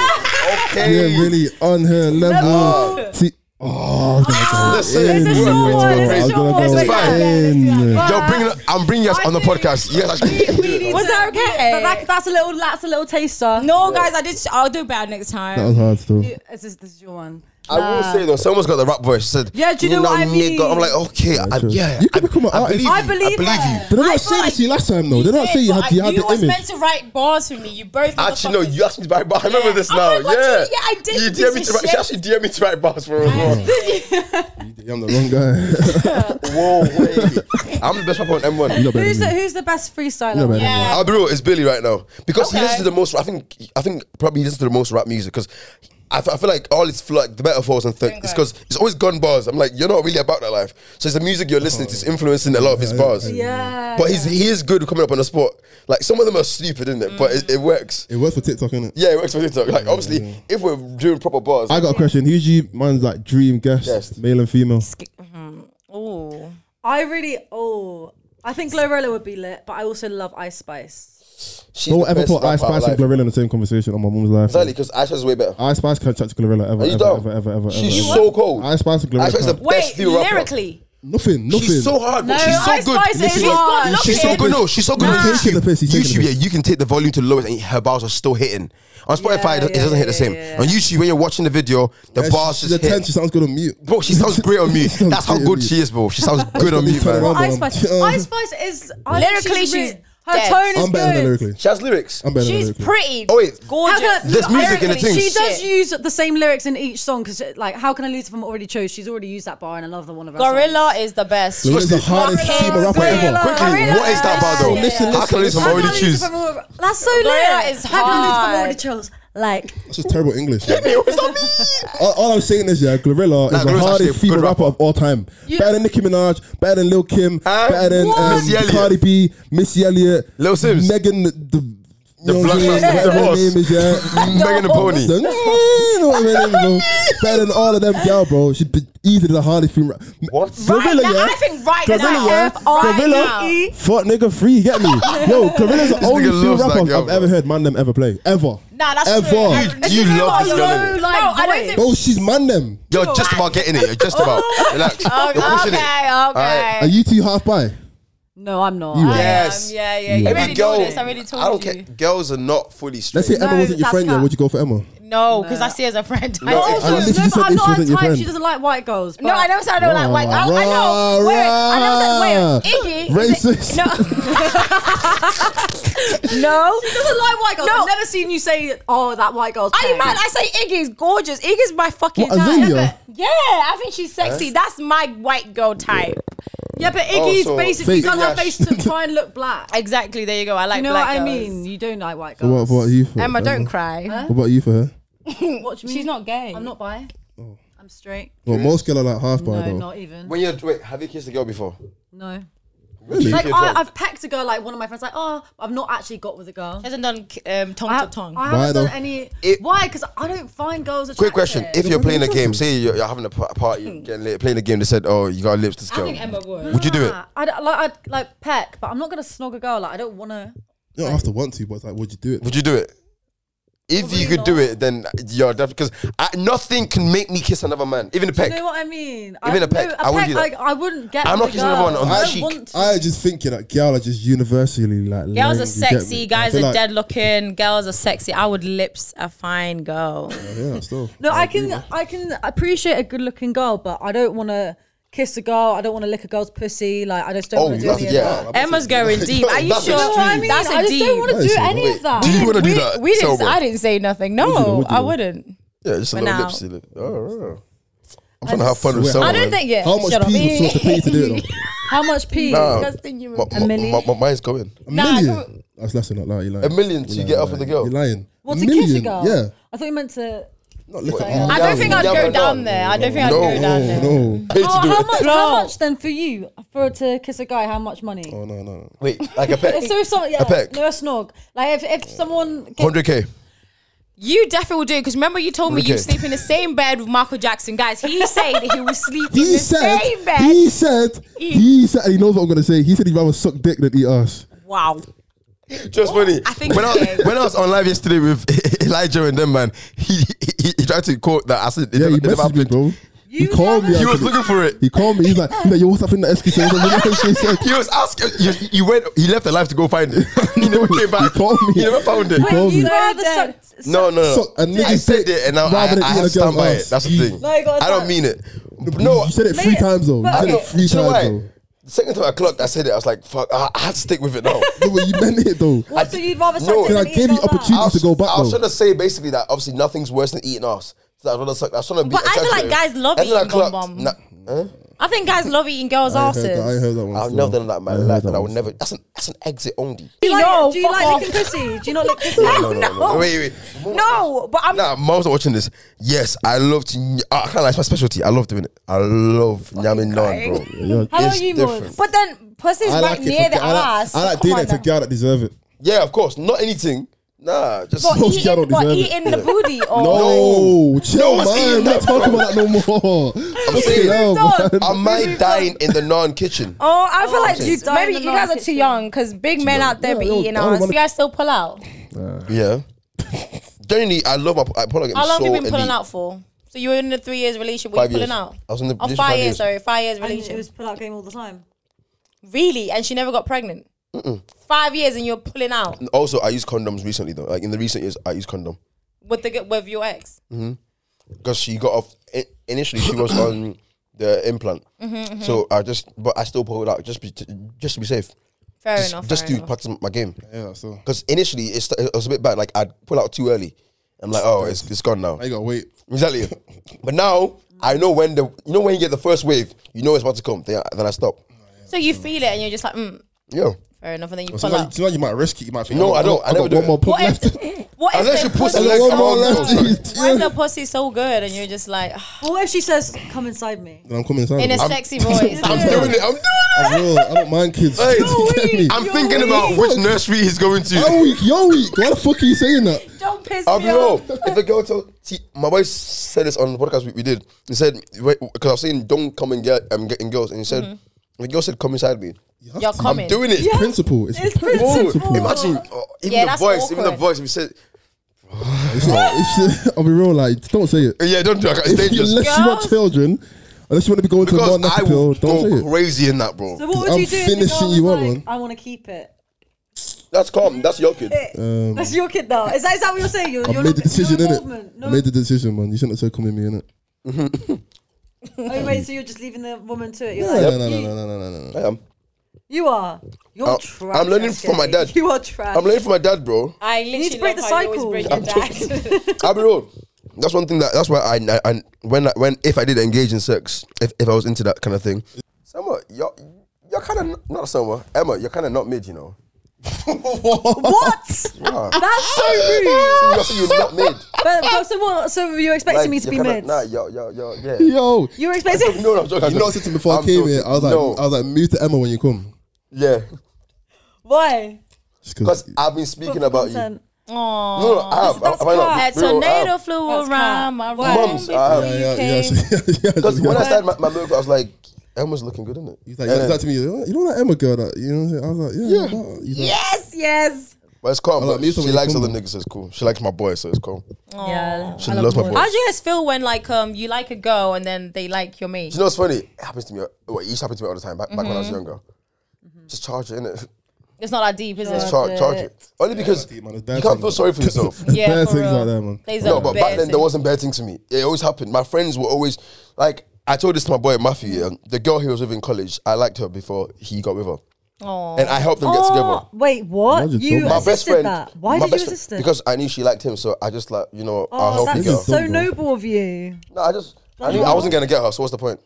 C: okay.
A: Yeah, really on her level. T- oh, I was gonna go
C: Listen.
A: in,
C: It's a short
A: yo.
B: one, it's a
A: I was
B: short
A: gonna
B: one.
A: go
C: It's fine.
A: in.
C: Yo, bring it, I'm bringing us on the podcast. You guys actually.
B: We need
D: Was
B: to-
D: that okay?
B: But that, that's a little. That's a little taster.
E: No, guys, I did. Sh- I'll do better next
A: That
E: time.
A: was hard, though.
B: This is, this is your one.
C: I will say though, someone's got the rap voice. Said,
B: Yeah, do you know what I
C: nigga."
B: mean?
C: I'm like, okay, I,
A: true.
C: yeah.
A: You could
C: I-
A: become an artist.
C: I
B: I believe
C: believe you. I believe you.
B: her.
A: Did I
D: I
A: not
D: feel
A: say this to you
D: like
A: last time? though? Did I not
D: did,
A: say you
D: but
A: had, you
D: I-
A: had
D: you
A: the
D: was
A: image?
D: meant to write bars for me. You
C: Actually,
D: both
C: no,
D: motherfuckers-
C: you asked me to write bars. I remember this
D: Oh
C: now.
D: my God,
C: yeah.
D: yeah, I did.
C: You
D: This
C: DM me
D: is
C: to write, she
D: shit.
C: actually DM me to write bars for her as well.
A: I'm the wrong guy.
C: Whoa, wait. I'm the best rapper on M1.
A: You're better
B: Who's the,
A: than me.
B: who's the best
A: You're
B: freestyler?
A: better than me.
D: Yeah.
C: I'll be real, Ah, it's Billy right now because he
D: Okay.
C: listens to the most. I think I think probably he listens to the most rap music because. I fe- I feel like all his fl- like the metaphors and things, it's because it's always gun bars. I'm like, you're not really about that life. So it's the music you're listening to is
A: Oh,
C: influencing a lot of his bars.
B: Yeah.
C: But he's he is good coming up on the spot. Like some of them are stupid, isn't it? But it, it works.
A: It works for TikTok, innit?
C: Yeah, it works for TikTok. Like obviously, if we're doing proper bars,
A: I got a question. Who's you? Mine's like dream guest,
C: Guest.
A: male and female.
C: Oh.
D: Ooh.
B: I really, oh, I think Glorilla would be lit, but I also love Ice Spice.
C: she's
A: Don't
C: the
A: ever
C: best
A: put Ice
C: rapper
A: Spice and
C: alive.
A: Glorilla in the same conversation on my mum's life.
C: Exactly, because Ice Spice is way better.
A: Ice Spice can't chat to Glorilla ever,
C: Are you
A: ever,
C: dumb?
A: ever, ever, ever,
C: She's
A: ever.
C: so cold.
A: Ice Spice and Glorilla
C: Ice Spice is
A: can't.
C: the best
D: Wait,
C: female rapper.
D: lyrically.
A: nothing, nothing.
C: She's so hard, but
B: No,
C: she's so
B: Ice
C: good.
B: Spice is
C: Listen,
B: hard.
C: She's so
D: Looking.
C: good. No, she's so good. on
A: Nah. Taking the
C: YouTube,
A: piss, he's taking the
C: YouTube, yeah,
A: piss.
C: you can take the volume to the lowest, and her bars are still hitting. On Spotify, it, it
B: yeah,
C: doesn't hit
B: yeah,
C: the same.
B: yeah,
C: On YouTube, when you're watching the video, the
A: Yeah,
C: bars
A: she's
C: just
A: a
C: hit.
A: 10, She sounds good on mute.
C: Bro, she sounds great on me.
A: She sounds
C: That's how
A: great on
C: good
A: mute.
C: she is, bro. She sounds good
A: Let
C: on
A: me
C: me,
A: turn
C: man.
A: around,
B: Ice
A: man.
B: Spice, Ice Spice is I think
D: Lyrically,
B: re-
D: she's
B: her
D: dead.
B: tone is
A: I'm better than
B: good.
A: lyrically.
C: She has lyrics.
A: I'm better than
D: She's
A: lyrically.
D: pretty.
C: Oh wait,
B: How
D: Gorgeous.
B: can I-
C: There's music in the
D: Lyrically,
C: thing.
B: She does
D: shit.
B: use the same lyrics in each song because, like, how can I lose if I'm already chose? She's already used that bar in another one of her songs.
D: Gorilla is the best.
A: Glorilla's the hardest
D: Glorilla,
A: female rapper
B: Gorilla.
A: ever.
C: quickly,
B: Gorilla.
C: what is that bar though?
A: Yeah, yeah, yeah.
C: How can I lose if I
B: How can I
C: already
B: lose
C: choose?
B: if I'm already- That's so
D: Gorilla
B: lit.
D: is
B: How can I lose if I'm
D: hard.
B: already chose? Like,
A: That's just terrible English.
C: What's that mean?
A: all, all I'm saying is, yeah, Glorilla
C: Nah,
A: is the
C: Glorilla's actually a
A: hardest female
C: good
A: rapper of all time. Better than Nicki Minaj, better than Lil Kim, better than
C: what? Missy
A: um,
C: Elliott.
A: Cardi B, Missy Elliott,
C: Lil Sims.
A: Megan the.
C: The
A: you know what
C: Black
A: I'm saying?
C: Master,
A: Whatever
C: the
A: her
C: boss.
A: name is, yeah.
C: Mm, Megan the Pony.
A: Then, you know what I mean, bro. Better than all of them, yeah, bro. She'd be easily the hardest female.
C: What?
A: Gorilla,
D: now,
A: yeah.
D: I E think right
A: Gorilla,
D: now,
A: yeah.
D: right
A: Gorilla,
D: now.
A: fuck nigga free, you get me? Yo, Gorilla's the only
C: nigga
A: female
C: loves that
A: rapper I've
C: girl, bro.
A: ever heard man them ever play. Ever.
D: Nah, that's
A: Ever.
D: true.
A: You-
D: Ever.
C: you
D: know
C: love
D: what?
C: this
D: No,
C: girl, innit?
D: no,
B: like,
D: I don't
B: voice.
D: think.
A: Bro, she's man them.
C: You're just about getting it. You're just about. Relax. You're pushing it.
D: Okay,
A: Are
D: okay.
A: you two half by?
B: no, I'm not.
A: You
B: I-
A: are.
C: Yes.
D: Um, yeah, yeah. You
A: Every
D: already know this. I already told
C: I don't
D: you.
C: care. Girls are not fully straight.
A: Let's say Emma
B: No,
A: wasn't your
B: that's
A: friend, yeah.
B: cut.
A: Would you go for Emma?
D: No, because I see her as a friend.
C: No,
D: I-
C: if-
A: I literally
B: no,
A: said
B: but I'm
A: this
B: not her
A: wasn't your
B: type. She
A: friend.
B: doesn't like white girls.
D: No, I never said I don't like white. I, I know. Wait, I never said wait. Iggy. is it-
A: Racist.
D: No.
B: She doesn't like white girls.
D: No.
B: I've never seen you say, "Oh, that white girl's."
D: Are you
B: pale."
D: mad? I say Iggy's gorgeous. Iggy's my fucking
A: What,
D: type.
A: Azalea?
D: Yeah, I think she's sexy. That's my white girl type.
B: Yeah, but Iggy's
C: Oh, so
B: basically
A: fake.
B: done her face
C: Yes.
B: to try and look black.
D: Exactly. There you go. I like
B: You know
D: black
B: what I
D: girls.
B: mean? You don't like white
A: What
B: girls.
A: about you? For
D: Emma, don't cry.
A: What about you for her?
B: What do you mean?
D: She's not gay.
B: I'm not bi. I'm straight.
A: Well, most girls are like half by
B: No,
A: Oh. though.
B: not even.
C: When you're wait, have you kissed a girl before?
B: No.
A: Really?
B: Like
C: Keep
B: I,
C: going.
B: I've pecked a girl. Like one of my friends, like, oh, I've not actually got with a girl.
D: Hasn't done um, tongue
B: I,
D: to tongue.
B: I
A: Why
B: haven't
A: though?
B: done any.
C: It-
B: why? Because I don't find girls attractive.
C: Quick question: If you're playing a game, say you're, you're having a pa- party, you're getting late, playing a game, they said, "Oh, you got lips this girl."
D: would.
C: Would you do it?
B: Nah, I'd like I'd like peck, but I'm not gonna snog a girl. Like I don't wanna.
A: You don't have to want to, but it's like, would you do it?
C: Would you do it? If you could do it, then you're definitely because nothing can make me kiss another man, even a peck.
B: You know what I mean?
C: Even
B: I,
C: a peck,
B: no,
C: I wouldn't do
B: like,
C: that.
B: I wouldn't get. with
C: I'm not
B: a
C: kissing
B: girl.
C: anyone on
B: I
C: that
B: don't
C: cheek.
B: want to.
A: I just think that girls are just universally like. lame,
D: Girls
A: you
D: are
A: get me?
D: sexy. Guys
A: I feel
D: are
A: like-
D: dead looking. Girls are sexy. I would lips a fine girl.
A: Yeah, still.
B: No, I can I can appreciate a good-looking girl, but I don't want to kiss a girl. I don't want to lick a girl's pussy. Like I just don't
C: Oh,
B: want to do
C: that's-
B: any of
C: yeah.
B: that.
D: Emma's going deep. Are you
C: That's
D: sure?
B: You know what I
C: extreme.
B: mean?
D: That's a
B: I just don't
D: deep.
B: want to
A: That is
B: do
A: a
B: any
C: Wait,
B: of that.
C: do you want to do that?
D: We didn't.
C: Sober.
D: I didn't say nothing. No,
A: you do, what do you
D: I
A: do?
D: wouldn't.
C: Yeah, just a
D: For
C: little
D: now.
C: lip lip. Oh, oh. I'm trying to have fun with
A: Wait,
C: someone.
D: I don't think yeah.
A: How much
D: Shut up.
A: peas was supposed to pay you to do it?
B: How much pee?
C: Nah.
D: Disgusting
C: My- my-
B: million?
C: my- my- mine's going.
A: though? A
D: Nah,
A: million. That's less than that. Like, you're lying.
C: A million to
A: You're
C: get
A: lying,
C: off with
A: lying.
C: the girl?
A: You're lying.
B: What
A: a
B: to
A: million.
B: kiss a girl?
A: Yeah.
B: I thought you meant to.
A: Not lick
C: Wait,
A: her arm.
D: I
C: Yeah,
D: don't think I'd
C: yeah,
D: go
C: but
D: down
C: no.
D: there. I don't think I'd
C: No.
D: go down there.
A: No.
C: Pay to
B: Oh,
C: do
B: how
C: it.
B: much?
D: Bro.
B: How much then for you for to kiss a guy? How much money?
A: Oh no no.
C: Wait, like a peck.
B: So if someone, yeah,
C: peck.
B: no a snog. Like if, if someone gets,
C: 100k.
D: You definitely will do because remember you told me you
C: Okay.
D: sleep in the same bed with Michael Jackson, guys. He said that he would sleep in
A: He
D: the
A: said.
D: same bed.
A: He said. He said. He knows what I'm gonna say. He said he'd rather suck dick than eat ass.
D: wow.
C: Just funny.
D: I think
C: when, I,
D: okay.
C: when I was on live yesterday with Elijah and them man, he he, he tried to quote that. I said, it
A: Yeah,
C: never,
A: he
C: it never
A: messaged me,
C: happened.
A: bro. he called me.
C: He was
A: actually.
C: looking for it.
A: He called me. He's like, he's like yo, what's up in the SQ? So I was like, "What the fuck?"
C: He was asking. You, you went. He left alive to go find it. he never
A: He
C: came back.
A: called me.
C: He never found it.
A: He called me.
B: You'd rather
F: dead.
B: suck-
C: No, no, no.
A: Suck a
C: I
A: nigga's
C: said
A: dick
C: it, and now I,
A: rather than
C: I
A: eat
C: have
A: a
C: to stand
A: girl's
C: by it.
A: ass.
C: That's the thing.
B: No, you gotta
C: I don't
B: tell.
C: mean it. No,
A: You said it three
B: Mate,
A: times though. You
B: but-
A: said
C: no,
A: it three
C: do you know
A: times
C: why?
A: though.
C: The second time I clocked, I said it. I was like, "Fuck!" I, I had to stick with it now.
A: No, but you meant it though.
B: What, so you'd rather suck
C: No.
B: dick
C: Then
B: than
A: I
B: eat
A: gave you
B: your mouth?
A: opportunity-
C: I was,
A: to go back,
C: I was
A: though.
C: trying to say basically that obviously nothing's worse than eating ass. So I was trying to, suck- I was trying to be.
D: But I feel like
C: attractive.
D: guys love
C: And then I
D: eating
C: clocked,
D: bum bum.
C: nah, huh?
D: I think guys love eating girls'
A: I ain't heard that- I ain't
D: asses.
A: heard that one.
C: I've
A: so-
C: never done that in my
A: I ain't
C: life,
A: heard
C: and I
A: that
C: would
A: one.
C: never. That's an that's an exit only.
B: Do you like,
D: No,
B: do you
D: fuck
B: like
D: off.
B: licking pussy? Do you not lick pussy?
D: No.
C: Wait, wait. wait.
D: No, but I'm
C: Nah, mom's not watching this. Yes, I love to. ny- I can't lie, it's my specialty. I love doing it. I love yamming naan, bro.
B: How long
C: It's
B: you
C: different.
B: different.
D: But then pussy's
A: I
D: right
A: like
D: near
A: it. For,
D: the
A: gi- I like,
D: ass.
A: I like
D: Come
A: doing
D: on
A: it to
D: now.
A: girl that deserve it.
C: Yeah, of course. Not anything. Nah, just.
D: But
A: Those girl
D: eating,
A: don't
D: but
A: deserve it.
D: eating the booty oh. or
A: No, chill,
C: one's
A: man.
C: eating
A: I'm not
C: that,
A: talking about that no more.
C: I'm
A: Fucking
C: saying,
A: hell, man.
C: am I dying in the naan kitchen?
D: Oh, I feel like you,
F: it's done
D: maybe
F: in
D: you
F: the
D: guys are
F: market
D: too
F: too.
D: young because big men out there be
A: Yeah, I don't-
D: eating
A: I don't
D: ass.
A: wanna-
D: You guys still pull out.
C: Yeah. Generally, I love my. I probably get
D: How long
C: so
D: have you been pulling
C: elite.
D: out for? So you were in the three years relationship. Were
C: Five
D: you pulling
C: years.
D: out?
C: I was in the
D: oh,
C: relationship
D: five
C: five
D: years.
C: years.
D: Sorry, five years
B: And it
D: relationship.
B: was pull out game all the time.
D: really, and she never got pregnant. Five years and you're pulling out
C: Also, I use condoms recently though. Like in the recent years, I use condom
D: with the g- with your ex.
C: because she got off. i- Initially, she was on the implant, so I just. But I still pulled out just be, just to be safe.
D: Mm-hmm, Fair
C: just
D: enough.
C: just
D: fair
C: to
D: enough.
C: practice my game.
A: Yeah, so
C: Because initially it, st- it was a bit bad. Like I'd pull out too early. I'm like, oh, it's, it's gone now.
A: I gotta wait.
C: Exactly. But now I know when the you know when you get the first wave, you know it's about to come. Then I, then I stop.
D: So you feel it and you're just like, mm,
C: Yeah.
D: fair enough, and then you pull
A: Sometimes,
D: out.
A: sometimes you might risk it. You might think,
C: No,
A: oh,
C: I don't.
A: got-
C: I never
A: got
C: do
A: one
C: it.
A: more put
D: What
A: left.
D: if, what
C: Unless you
D: if the
C: push the
D: pussy-
A: I
C: legs
A: got one more
C: on. no,
A: left.
D: Why is the pussy so good and you're just like
B: Or what if she says, "Come inside me"?
A: And I'm coming inside.
D: in a
A: I'm-
D: sexy voice?
C: I'm
D: like,
C: doing it. I'm doing it.
A: I will. I don't mind kids.
C: Hey.
A: You get me?
C: I'm thinking about which nursery he's going
A: Yo
C: to.
A: week, yo week. Why the fuck are you saying that?
D: Don't piss
C: I'll
D: me
C: be
D: off.
C: real. If a girl told, see, my boy said this on the podcast we, we did. He said because I was saying don't come and get um, getting girls, and he said
D: Mm-hmm.
C: the girl said come inside me.
A: You have
D: You're
A: to-
D: coming.
C: I'm doing it.
A: Principle. It's,
B: It's
C: Oh,
B: principle.
C: imagine oh, even
D: Yeah,
C: the
D: that's
C: voice, even the
D: awkward.
C: voice. We said,
A: it's, it's, I'll be real. Like, don't say it.
C: "Uh, yeah, don't do that. It's
A: Unless
C: dangerous.
A: you want
D: Girls-
A: children, unless you want to be going to
C: Because
A: one next
C: I
A: pill,
C: will
A: don't say
C: go
A: it.
C: crazy in that, bro.
B: So what would
A: I'm
B: you do? if the
A: finishing
B: girl was
A: you up,
B: like,
A: man.
B: I want to keep it.
C: That's calm. That's your kid.
B: That's your kid now. Is that, is that what you're saying? You're,
A: I
B: you're
A: Um, made the
B: not-
A: decision,
B: no
A: innit?
B: involvement? No.
A: I made the decision, man. You shouldn't have said come with me, innit?
B: Oh, you wait, so you're just leaving the woman to it? You're
A: No,
B: like,
A: no, no, no,
B: you,
A: no, no, no,
D: Mm.
A: no, no.
C: I am.
B: you are. You're
C: I'm-
B: trash.
C: I'm learning from my
B: SK.
C: dad.
B: You are trash.
C: I'm learning from my dad, bro.
D: I
B: You
D: literally
B: need to break the
D: love how you always
B: cycle.
D: bring it back.
C: I'll be real. That's one thing that. That's why I. I, I when I, when if I did engage in sex, if, if I was into that kind of thing, Summer, you're you're kind of not Summer. Emma, you're kind of not mid, you know.
B: What? That's so rude.
C: You're, you're not mid.
B: but, but so what? So you're expecting
C: Like,
B: me to
C: you're
B: be
C: kinda-
B: mid?
C: Nah, you're you're you're yeah.
A: Yo,
B: You were expecting?
C: No, no, I'm joking.
A: you know, I said to me before
C: I'm
A: I came
C: joking.
A: here, I was like,
C: No.
A: I was like, move to Emma when you come,
C: yeah,
B: Why?
A: just
C: because
A: because.
C: I've been speaking about you.
B: Content.
D: Aww.
C: No, no, I have.
B: That's-
C: Have I not? Real,
D: That
C: I have.
D: tornado flew
B: That's
D: around
B: cat.
D: my
B: Why?
D: room.
C: Mums, I have.
A: Yeah, yeah, yeah,
D: Okay.
A: yeah, yeah,
C: Because
A: yeah.
C: when I started my, my milk, I was like, Emma's looking good, isn't it?
A: He's like, he's like to me, you don't like Emma girl, that you know. What I'm saying? I was like, yeah, yeah. He's like,
D: Yes, yes.
C: But it's calm.
A: I'm like,
C: but
A: me
C: she
A: too, me
C: likes
A: too.
C: other niggas, so it's cool. She likes my boy, so it's cool.
B: Yeah.
C: She loves my boy.
D: How do you guys feel when like um you like a girl and then they like your mate?
C: you know what's funny? It happens to me. Well, it used to happen to me all the time back, back when I was younger. Just charge it, innit?
D: It's not that deep, is
C: Just
D: it?
C: charge, charge it. Only because
A: deep, man.
C: you
A: It's bad thing,
C: can't feel
A: man.
C: sorry for yourself.
D: Yeah,
A: bad
D: for
A: things
D: real.
A: like that, man.
D: There's
C: no,
D: a
C: but
D: bare
C: back then
D: thing.
C: there wasn't bad things to me. It always happened. My friends were always like, I told this to my boy Matthew. yeah, the girl he was with in college, I liked her before he got with her,
D: Aw.
C: and I helped them get together.
B: Oh, wait, what?
A: Imagine
B: You
A: dumb.
C: My
A: I
C: best
B: assisted
C: friend.
B: that. Why
C: my
B: did you
C: best friend-
B: assist it?
C: Because I knew she liked him, so I just like, you know, what, I'll
B: oh,
C: help you,
B: that's
C: girl.
B: so
A: Dumb, bro.
B: noble of you.
C: No, I just I knew I wasn't gonna get her. So what's the point?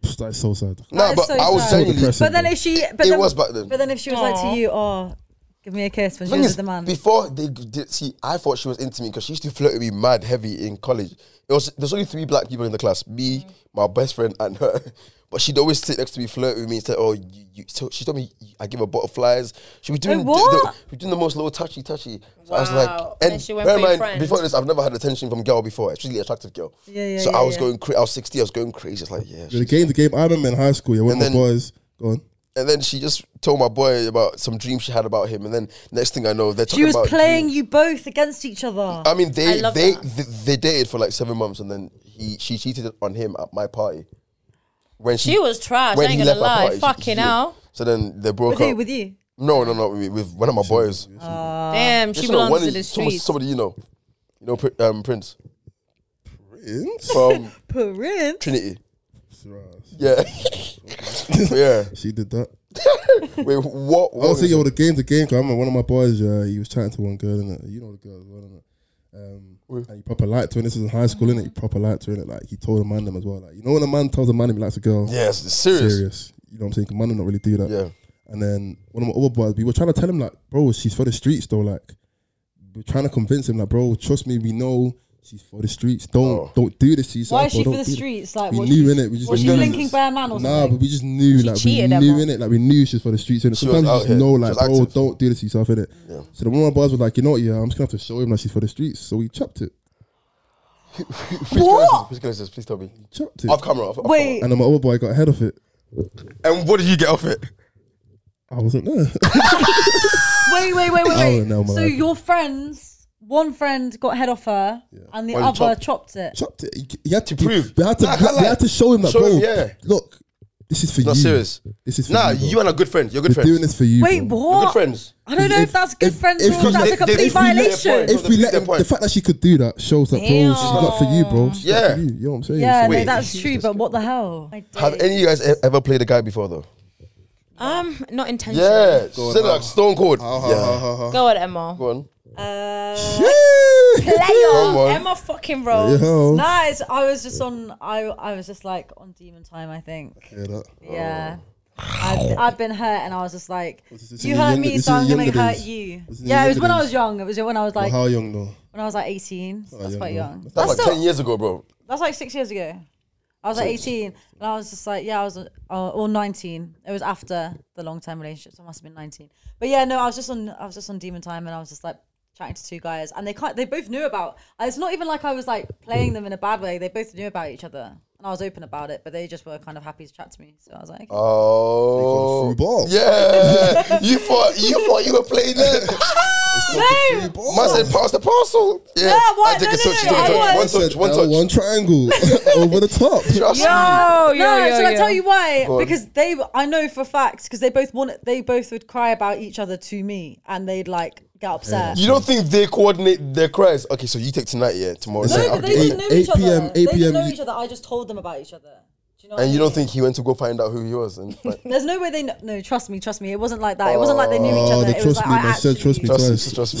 A: Psh, That is so sad.
C: No,
B: is
C: but
B: so
C: I was
B: sad.
C: genuinely.
A: Depressing.
B: But then if she, but
C: It
B: then,
C: was back then.
B: But then if she was like to you, oh, give me a kiss when she
C: The thing
B: was
C: is,
B: with the man.
C: before they g- did see, I thought she was into me because she used to flirt with me mad heavy in college. It was there's only three black people in the class:
B: Mm.
C: me, my best friend, and her. But she'd always sit next to me, flirt with me, and say, "Oh, you." you so she told me I give her butterflies. She was doing
B: Wait,
C: the, the,
B: what?
C: she was doing the most little touchy touchy. So I was like,
D: Wow.
C: and,
D: And she went
C: bear in
D: for your
C: mind,
D: friend.
C: before this, I've never had attention from girl before, especially attractive girl.
B: Yeah, yeah,
C: So
B: yeah,
C: I was
B: yeah.
C: going, cra- I was 60, I was going crazy. It's like, yeah.
A: The game, the game. I remember in high school, yeah, with
C: And
A: my
C: then-
A: boys. Go on.
C: and then she just told my boy about some dream she had about him, and then next thing I know, they're talking
B: She was
C: about Uh,
B: playing
C: dreams.
B: you both against each other.
C: I mean, they
F: I love
C: they,
F: that.
C: they they dated for like seven months, and then he she cheated on him at my party. When she,
F: She was trash. I
C: when
F: ain't
C: he
F: gonna
C: left my
F: lie.
C: party, she-
F: Fucking
C: she-
F: hell.
C: So then they broke
B: with who?
C: up.
B: With you?
C: No, no, no, with, with one of my boys.
D: Damn, she
C: Just know, one
D: belongs to
C: is-
D: the
C: someone-
D: streets.
C: Somebody you know, you know, Pri- um, Prince from
B: Prince.
C: Trinity. Yeah, yeah.
A: She did that.
C: Wait, what?
A: I
C: what
A: was
C: was
A: thinking,
C: it?
A: yo, the game's the game. Cause I remember one of my boys, uh, he was chatting to one girl, innit? You know the girl as well, innit? Um, and he proper liked her, and this was in high school, innit? He proper liked her, innit? Like, he told a man them as well. Like, you know when a man tells a man him he likes a girl?
C: Yeah, it's serious.
A: Serious. You know what I'm saying? 'Cause Man, do not really do that.
C: Yeah.
A: And then one of my other boys, we were trying to tell him, like, bro, she's for the streets, though. Like, we're trying to convince him, like, bro, trust me, we know she's for the streets. Don't
C: Oh.
A: don't do this to yourself.
B: Why is
A: bro.
B: she for
A: Don't
B: the
A: do that."
B: streets? Like,
A: We
B: what,
A: knew
B: she-
A: in it. We just
B: was she
A: knew.
B: linking bare man or
A: Nah,
B: something?
A: but we just knew, like we
D: cheated,
A: knew
D: Emma.
A: in it, like we knew she was for the streets. And
C: She
A: sometimes
C: was
A: you
C: out
A: just
C: here.
A: know,
C: She
A: like,
C: was
A: oh,
C: active.
A: don't do this to yourself, innit?
C: Yeah.
A: So the one of my boys was like, you know what, yeah, I'm just gonna have to show him that she's for the streets. So we chopped it,
C: Please, what? Please, please, please tell me.
A: chopped it,
C: Off camera. Off, off
B: Wait,
A: and then my other boy got ahead of it.
C: camera. And what did you get off it?
A: I wasn't there.
B: wait, wait, wait, wait,
A: I
B: wait.
A: don't know, man.
B: so your friends, one friend got head off her, and the
C: Well,
B: other
C: chopped.
B: chopped, it.
A: chopped it. He- He had to
C: prove.
A: We had to.
C: Nah, I can't
A: we
C: lie.
A: had to show him that,
C: Show
A: bro.
C: him, yeah.
A: Look, this is for
C: Not
A: you.
C: serious.
A: This is for
C: Nah,
A: you. bro.
C: you and a good friend. You're good
A: We're
C: friends.
A: doing this for you.
B: Wait,
A: bro.
C: You're good
B: what?
C: friends.
B: I don't know
A: If-
B: if, that's good
A: if-
B: friends
A: if
B: or
A: you
B: if that's
A: let-
B: a complete
C: if you let-
B: violation.
C: if-
A: If we let
C: Their
A: him,
C: point.
A: the fact that she could do that shows that, bro, she's not for you, bro. She's not
C: Yeah.
A: for you. You know what I'm saying?
B: yeah, no,
C: Wait.
B: that's true. But what the hell?
C: Have any of you guys e- ever played a guy before though?
D: Um, not intentional.
C: Yeah. Said like Stone Cold. yeah.
D: Go on, Emma.
C: Go on.
A: Yeah.
C: Come
D: Player.
C: on.
D: Emma fucking rolls.
A: Yo.
B: Nah, it's, I was just on. I I was just like on demon time. I think.
A: Yeah, that-
B: Yeah. I've, I've been hurt, and I was just like,
A: this
B: "You
A: in the
B: hurt
A: younger-
B: me,
A: this
B: so
A: in
B: I'm
A: the
B: gonna
A: younger
B: hurt
A: days?
B: you."
A: This in the
B: Yeah, it was
A: younger
B: when I
A: days?
B: was young. It was when I was like
A: How young though?
B: when I was like 18. so that's
A: young,
B: quite
A: yeah.
B: young. That's,
C: That's, like
B: still,
C: ten years ago, bro.
B: that's like six years ago. I was like 18, and I was just like, yeah, I was uh, or 19. It was after the long term relationship, so I must have been 19. But yeah, no, I was just on I was just on demon time, and I was just like chatting to two guys, and they can't, they both knew about. It's not even like I was like playing them in a bad way. They both knew about each other, and I was open about it, but they just were kind of happy to chat to me. So I was like, okay.
C: Oh.
A: Through ball.
C: Yeah. you thought you thought you were playing then.
B: no,
C: Man said pass the parcel. Yeah.
B: what?
C: I take
B: No,
C: a
B: no,
C: touch.
B: no,
C: take a
B: no,
C: touch.
B: I
C: One touch. One
A: Now
C: touch.
A: One triangle over the top.
C: Trust me.
D: Yo, yo,
B: no,
D: yo,
B: shall I
D: yo.
B: tell you why?
C: on.
B: Because they, I know for a fact, because they both want, they both would cry about each other to me, and they'd like get upset.
C: You don't think they coordinate their cries? Okay, so you take tonight, yeah, tomorrow.
A: No,
B: Oh,
C: night,
B: No,
C: I'll
B: but
C: do
B: they
C: it.
B: didn't know
A: 8
B: each other.
A: PM,
B: they
A: 8
B: didn't know
A: PM.
B: each other. I just told them about each other. Do you know? what
C: And
B: I
C: you don't
B: mean?
C: think he went to go find out who he was? And like,
B: There's no way they kn- no. Trust me, trust me. It wasn't like that. It wasn't like they knew each
A: Oh,
B: other.
A: the
B: It was
A: trust
B: like
A: me,
B: I
A: man. Said
B: actually.
A: trust me
C: trust,
A: twice.
C: trust me.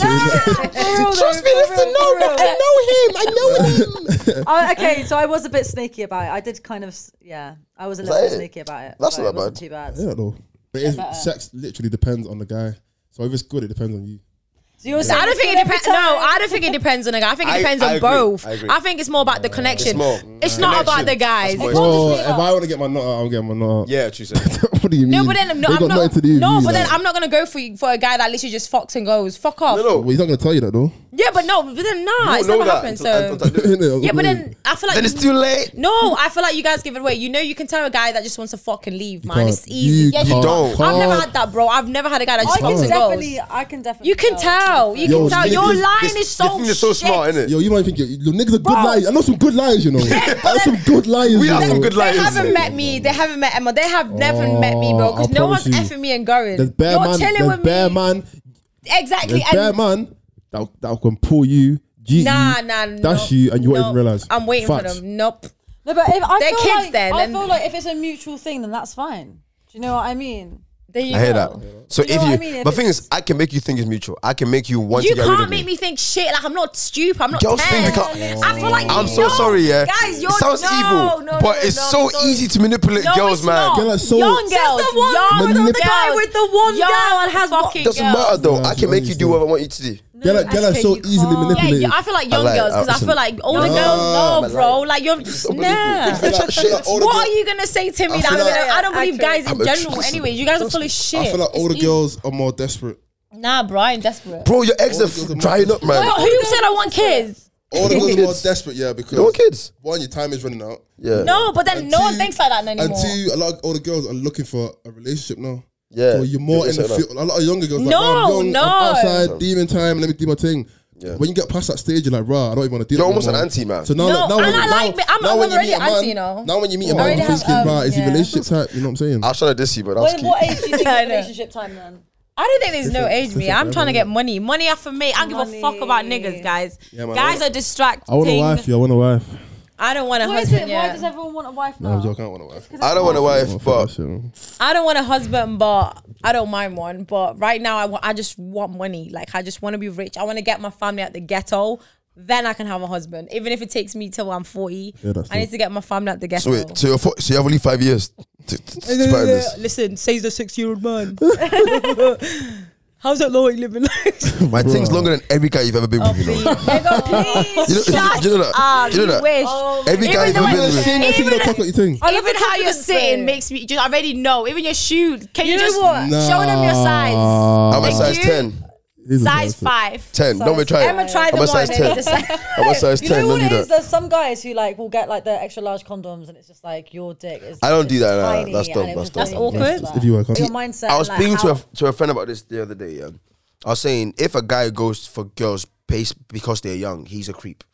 B: Trust me, listen, no, I, okay, so I was a bit sneaky about it. I did kind of, s- yeah, I was a little
C: that
B: bit
C: it?
B: sneaky about it.
C: That's
B: but
C: not
B: it wasn't
C: bad.
B: Too bad.
A: Yeah, though. But if sex literally depends on the guy. So if it's good, it depends on you.
B: So you were
D: I don't think it depends. No, I don't think it depends on the guy. I think it
C: I-
D: depends
C: I
D: on
C: agree.
D: both.
C: I agree.
D: I think it's more about the connection.
C: more-
D: It's, not about
C: Connection.
D: the guys.
C: That's more-
A: Bro,
B: me
A: if
B: up.
A: I want to get my nut out, I'm getting my nut out.
C: Yeah, true. sir.
A: what do you mean?
D: No, but then no,
A: They
D: I'm
A: got
D: not.
A: nothing to do with
D: no,
A: you,
D: but then
A: like.
D: I'm not gonna go for you, for a guy that literally just fucks and goes. Fuck off.
C: No, no.
A: Well, he's not gonna tell you that though.
D: Yeah, but no, but then nah,
C: You
D: it's
C: don't
D: never
C: know that
D: happened.
C: until-
D: So
C: until I do it.
A: Innit?
D: yeah, but then I feel like
C: Then it's too late.
D: no, I feel like you guys give it away. You know, you can tell a guy that just wants to fucking leave, man. It's
A: can't.
D: easy.
A: You
D: yeah, you
A: can't.
D: don't.
A: Can't.
D: I've never had that, bro. I've never had a guy that
B: I
D: just
B: can
D: fucks and goes.
B: Oh, definitely, I can definitely.
D: You can tell. You
A: Yo,
D: can tell.
A: this-
D: Your
A: this-
D: line
C: This-
D: is so.
C: this thing is so
D: shit.
C: smart, isn't it?
A: Yo, you might think your your niggas are good liars. I know some good liars, you know. That's some good liars.
C: We
A: you
C: are
A: know.
C: some good
D: They
C: liars.
D: haven't met me. They haven't met Emma. They have never met me, bro. Because
A: Oh, I
D: no one's
A: promise you.
D: effing me and going.
A: There's bare
D: You're
A: man.
D: chilling
A: There's
D: with
A: bare
D: me.
A: man.
D: Exactly.
A: There's bare
D: And
A: man that that can pull you. G E
D: nah,
A: you,
D: nah,
A: That's
D: no,
A: you, and you won't even
D: no.
A: realize.
D: I'm waiting
A: Facts.
D: for them. Nope.
B: No, but if I
D: They're
B: feel
D: kids
B: like,
D: then,
B: I
D: and-
B: feel like if it's a mutual thing, then that's fine. Do you know what I mean?
D: There you
C: I hear that.
D: go.
C: So
B: know
C: if
B: what
C: you,
B: I mean? If
C: the thing
B: it's-
C: is, I can make you think it's mutual. I can make you want
D: You
C: to get rid
D: can't
C: of
D: make
C: me.
D: me think shit. Like I'm not stupid. I'm not.
C: Girls think they
D: 10.
C: can't-
D: I feel like
C: I'm
D: you
C: so
D: know.
C: sorry, yeah.
D: Guys, you're
C: it sounds
D: no,
C: evil,
D: no,
C: but
D: no,
C: it's
D: no,
C: so
D: no.
C: easy to manipulate
D: No,
C: girls,
D: it's
C: man.
D: not.
A: Girl, that's so-
D: young
A: Says
D: girls,
B: the one
D: young
A: with the
D: girls.
B: guy with the one
D: young
B: girl has one-
D: fucking
C: Doesn't
D: girls.
C: matter though.
A: Nah,
C: I can
A: it's
C: make
A: not
C: you
A: easy.
C: do what I want you to do.
A: They're like, they're like
B: SK,
A: so
B: you
A: easily
B: can't.
D: Yeah,
A: manipulated.
D: you, I feel like young
C: like
D: girls because I
C: Alison.
D: feel like older
A: Nah,
D: girls. No,
C: but
D: bro. Like you're nah.
C: I feel like shit, older
D: What
C: girl-
D: are you gonna say to me?
A: I
D: That
A: feel
D: I'm
A: like-
D: gonna, I don't believe guys in
C: I'm a-
D: general.
C: listen,
D: Anyway, you guys are full of shit.
A: I feel like
D: It's
A: older
D: easy.
A: girls are more desperate.
D: Nah, bro, I ain't desperate.
C: Bro, your eggs are f- drying up, man.
D: But who said I want kids?
A: All the
C: No
A: girls are more
C: kids.
A: desperate, yeah, because
C: No kids.
A: One, your time is running out.
C: Yeah.
F: No, but then
A: And
F: no one
A: two-
F: thinks like that anymore.
A: And two, a lot of older girls are looking for a relationship now.
C: Yeah.
A: So you're more
C: You're
A: in the
C: setting
A: field. A lot of younger girls.
F: No,
A: like, "Nah, I'm young,
F: no.
A: I'm outside, demon time. Let me do my thing. When you get past that stage, you're like, rah, I don't even want to do
C: You're
A: that. no
C: almost an
A: more."
C: anti man.
A: So now,
F: No,
A: now,
F: and
A: when-
F: I like
A: now,
F: me- I'm-
A: now
F: I'm
A: when you
F: already
A: meet a man-
F: anti, you know.
A: Now when you meet
F: I
A: a man,
F: already
A: you're
F: have,
A: thinking,
F: um,
A: rah, is he
F: yeah.
A: relationship type? You know what I'm saying?
C: I'll try to diss you, but that was
B: When,
C: cute.
B: what age do you think
D: I
B: is
D: know.
B: relationship time then?
D: I don't think there's no age me. I'm trying to get money. Money up for me. I don't give a fuck about
B: Money.
D: niggas, guys.
A: man, I
D: guys
A: wanna-
D: are distracting.
A: I want a wife, yeah. I want a wife.
D: I don't want a
B: What is
D: husband.
B: it?
D: yeah.
B: Why does everyone want a wife
A: No,
B: now?
A: I'm joking. I want a wife.
C: I don't want a
A: I want
C: wife,
A: a wife,
C: but
A: shit, man.
D: I don't want a husband, but I don't mind one. But right now, I wa- I just want money. Like I just want to be rich. I want to get my family out the ghetto. Then I can have a husband, even if it takes me till I'm forty.
A: Yeah, that's
D: I need
A: it.
D: to get my family out the
C: so
D: ghetto.
C: wait, so, you're fo- so you have only five years to, to, to plan this.
D: Listen, says the six-year-old man. How's that Loic living like?
C: My thing's longer than every guy you've ever been with, you know. You know,
D: Shut
C: you know that.
D: up,
C: you know that.
D: wish.
C: Every guy you've
D: Even
C: ever
D: though I
C: been
D: was
C: with.
A: Saying that thing, you don't talk what you
F: Oh,
A: think.
D: Even how you're sitting makes me just I already know. Even your shoes. Can you,
B: You know
D: just
B: what?
D: show them your size?
C: I'm a
D: Thank
C: size
D: you.
C: 10.
A: Jesus
D: Size
A: Christ.
D: five.
C: 10. Don't be trying.
D: Emma tried
C: I'm
D: them
C: a
D: on.
C: size
D: and they
C: 10.
D: just like-
C: I'm a size
B: You know
C: 10.
B: what
C: Don't do
B: it is?
C: that.
B: There's some guys who like will get like the extra large condoms, and it's just like your dick is.
C: I don't do that, nah,
B: tiny
C: that's
B: and
C: dumb,
B: it
C: that's
B: was just
D: dumb.
B: really
D: That's
B: just
A: If you work
B: Your
A: on
B: mindset.
C: I was
B: and, like,
C: speaking to
B: how-
C: a, to a friend about this the other day. Yeah, I was saying if a guy goes for girls based because they're young, he's a creep.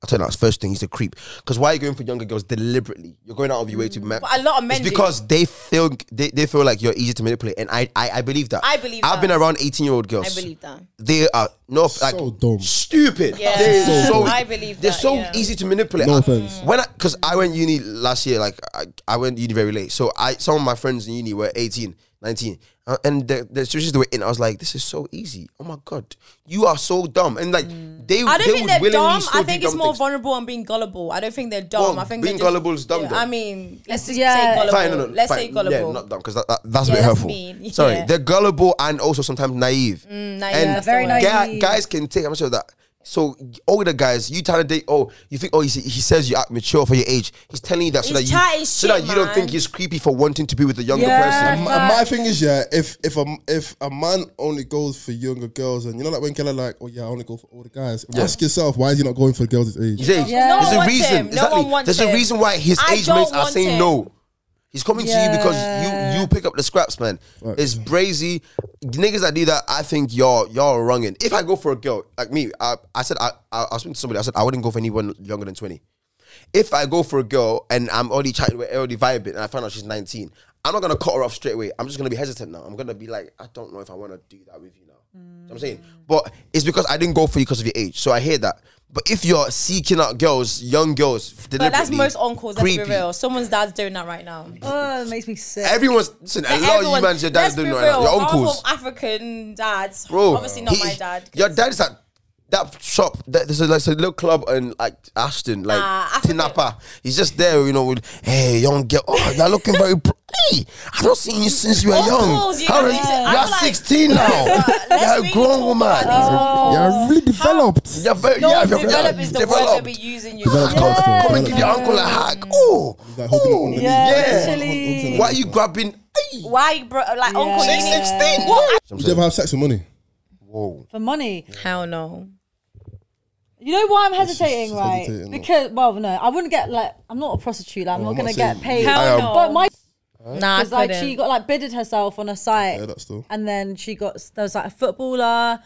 C: I tell you that's first thing. He's a creep. Because why are you going for younger girls deliberately? You're going out of your way to ma-
D: Mm, But a lot of men
C: It's
D: do.
C: because they feel they, they feel like you're easy to manipulate, and I I, I believe that.
D: I believe
C: I've
D: that.
C: been around 18 year old
D: I
C: girls.
D: believe that.
C: they are no f- like
A: So dumb.
C: stupid.
D: Yeah.
C: They're
D: So
C: so,
D: dumb. I believe
C: they're
D: that,
C: so
D: yeah.
C: easy to manipulate.
A: No
C: I-
A: offense.
C: When I because I went uni last year, like I, I went uni very late, so I some of my friends in uni were 18, 19, uh, and the the situations they were in, I was like, this is so easy. Oh my god, you are so dumb, and like they
D: Mm. I don't
C: they
D: think
C: would
D: they're
C: willingly
D: dumb.
C: still
D: I
C: do
D: think it's
C: dumb
D: more
C: things.
D: vulnerable and being gullible. I don't think they're dumb.
C: Well,
D: I
C: being
D: think they're just-
C: gullible is dumb,
D: Yeah,
C: though.
D: I mean, let's just say
B: Yeah.
D: gullible.
C: Fine, no, no,
D: let's
C: fine.
D: say gullible.
C: Yeah, not dumb because that, that, that's a
D: Yeah,
C: bit
D: that's
C: hurtful.
D: mean,
C: Sorry,
D: yeah. Mm,
C: they're gullible and also sometimes naive. And
D: naive, that's the Very word.
C: guy-
B: naive.
C: guys can take. I'm sure that. So older guys, you trying to date? Oh, you think? Oh, he, he says you act mature for your age. He's telling you that so
D: He's
C: that you
D: chatting
C: so
D: shit,
C: that you don't
D: man.
C: think he's creepy for wanting to be with a younger
B: Yeah.
A: And
C: person.
A: my, and my thing is, yeah, if if a if a man only goes for younger girls, and you know, like when girls are like, oh yeah, I only go for older guys. Ask yourself, why is he not going for girls his age?
C: His age.
B: Yeah. No
C: There's
B: one
C: a
D: wants
C: reason.
D: him. No
C: Exactly.
D: one wants
C: There's
D: him.
C: a reason why his
D: I
C: age
D: don't
C: mates are
D: want
C: saying
D: him.
C: no. He's coming to you because you you pick up the scraps, man. It's brazy. Niggas that do that, I think y'all y'all are wronging. If I go for a girl like me, I, I said I, I I was speaking to somebody. I said I wouldn't go for anyone younger than twenty. If I go for a girl and I'm already chatting with, her, already vibing, and I find out she's nineteen, I'm not gonna cut her off straight away. I'm just gonna be hesitant now. I'm gonna be like, I don't know if I want to do that with you now. You know what I'm
D: Mm.
C: saying, but it's because I didn't go for you because of your age. So I hear that. But if you're seeking out girls, young girls,
D: But that's
C: deliberately,
D: most uncles. Let's be
C: creepy,
D: real. Someone's dad's doing that right now.
B: Oh, it makes me sick.
C: Everyone's listen. A lot of you man's your dad's doing it right now. Your uncles,
D: Half of African dads.
C: bro.
D: obviously not
C: he-
D: my dad. 'cause-
C: Your dad's at that shop. that- There's a, like, a little club in like Ashton, like
D: Ah, African.
C: Tinapa. He's just there, you know. With hey, young girl, oh, you're looking very pretty. I've not seen you since you were young.
D: Uncles, you
C: How
D: know,
C: are you?
D: he's- I'm
C: You're
D: like,
C: 16 now.
D: let's
C: you're a
D: really
C: grown
D: talk
C: woman.
D: about these
A: Yeah, really developed.
C: You're very
D: No,
C: yeah, you're-
D: develop
C: you're
D: is the word that
C: developed.
D: we use in
A: Developed
D: your.
A: culture.
C: Come and
A: developed-
C: give your uncle a hug.
D: Mm.
C: Oh,
A: Like holding it underneath.
B: Yeah,
C: Yeah.
B: literally.
C: why are you grabbing? Hey.
D: Why, bro? Like uncle, you
B: She's
D: need-
C: 16. What?
A: Would you ever have sex with money?
C: Whoa.
B: for money.
D: Hell no.
B: You know why I'm hesitating,
A: she's
B: right?
A: hesitating, no.
B: because well, no, I wouldn't get like I'm not a prostitute. Like, I'm
A: Oh,
B: not
A: I'm
B: gonna
A: not
B: get
A: saying-
B: paid.
D: Hell
C: I am-
D: no.
B: But my
D: Nah, I
B: because like she
D: couldn't.
B: got like bidded herself on a site,
A: Yeah, that's still.
B: and then she got there was like a footballer,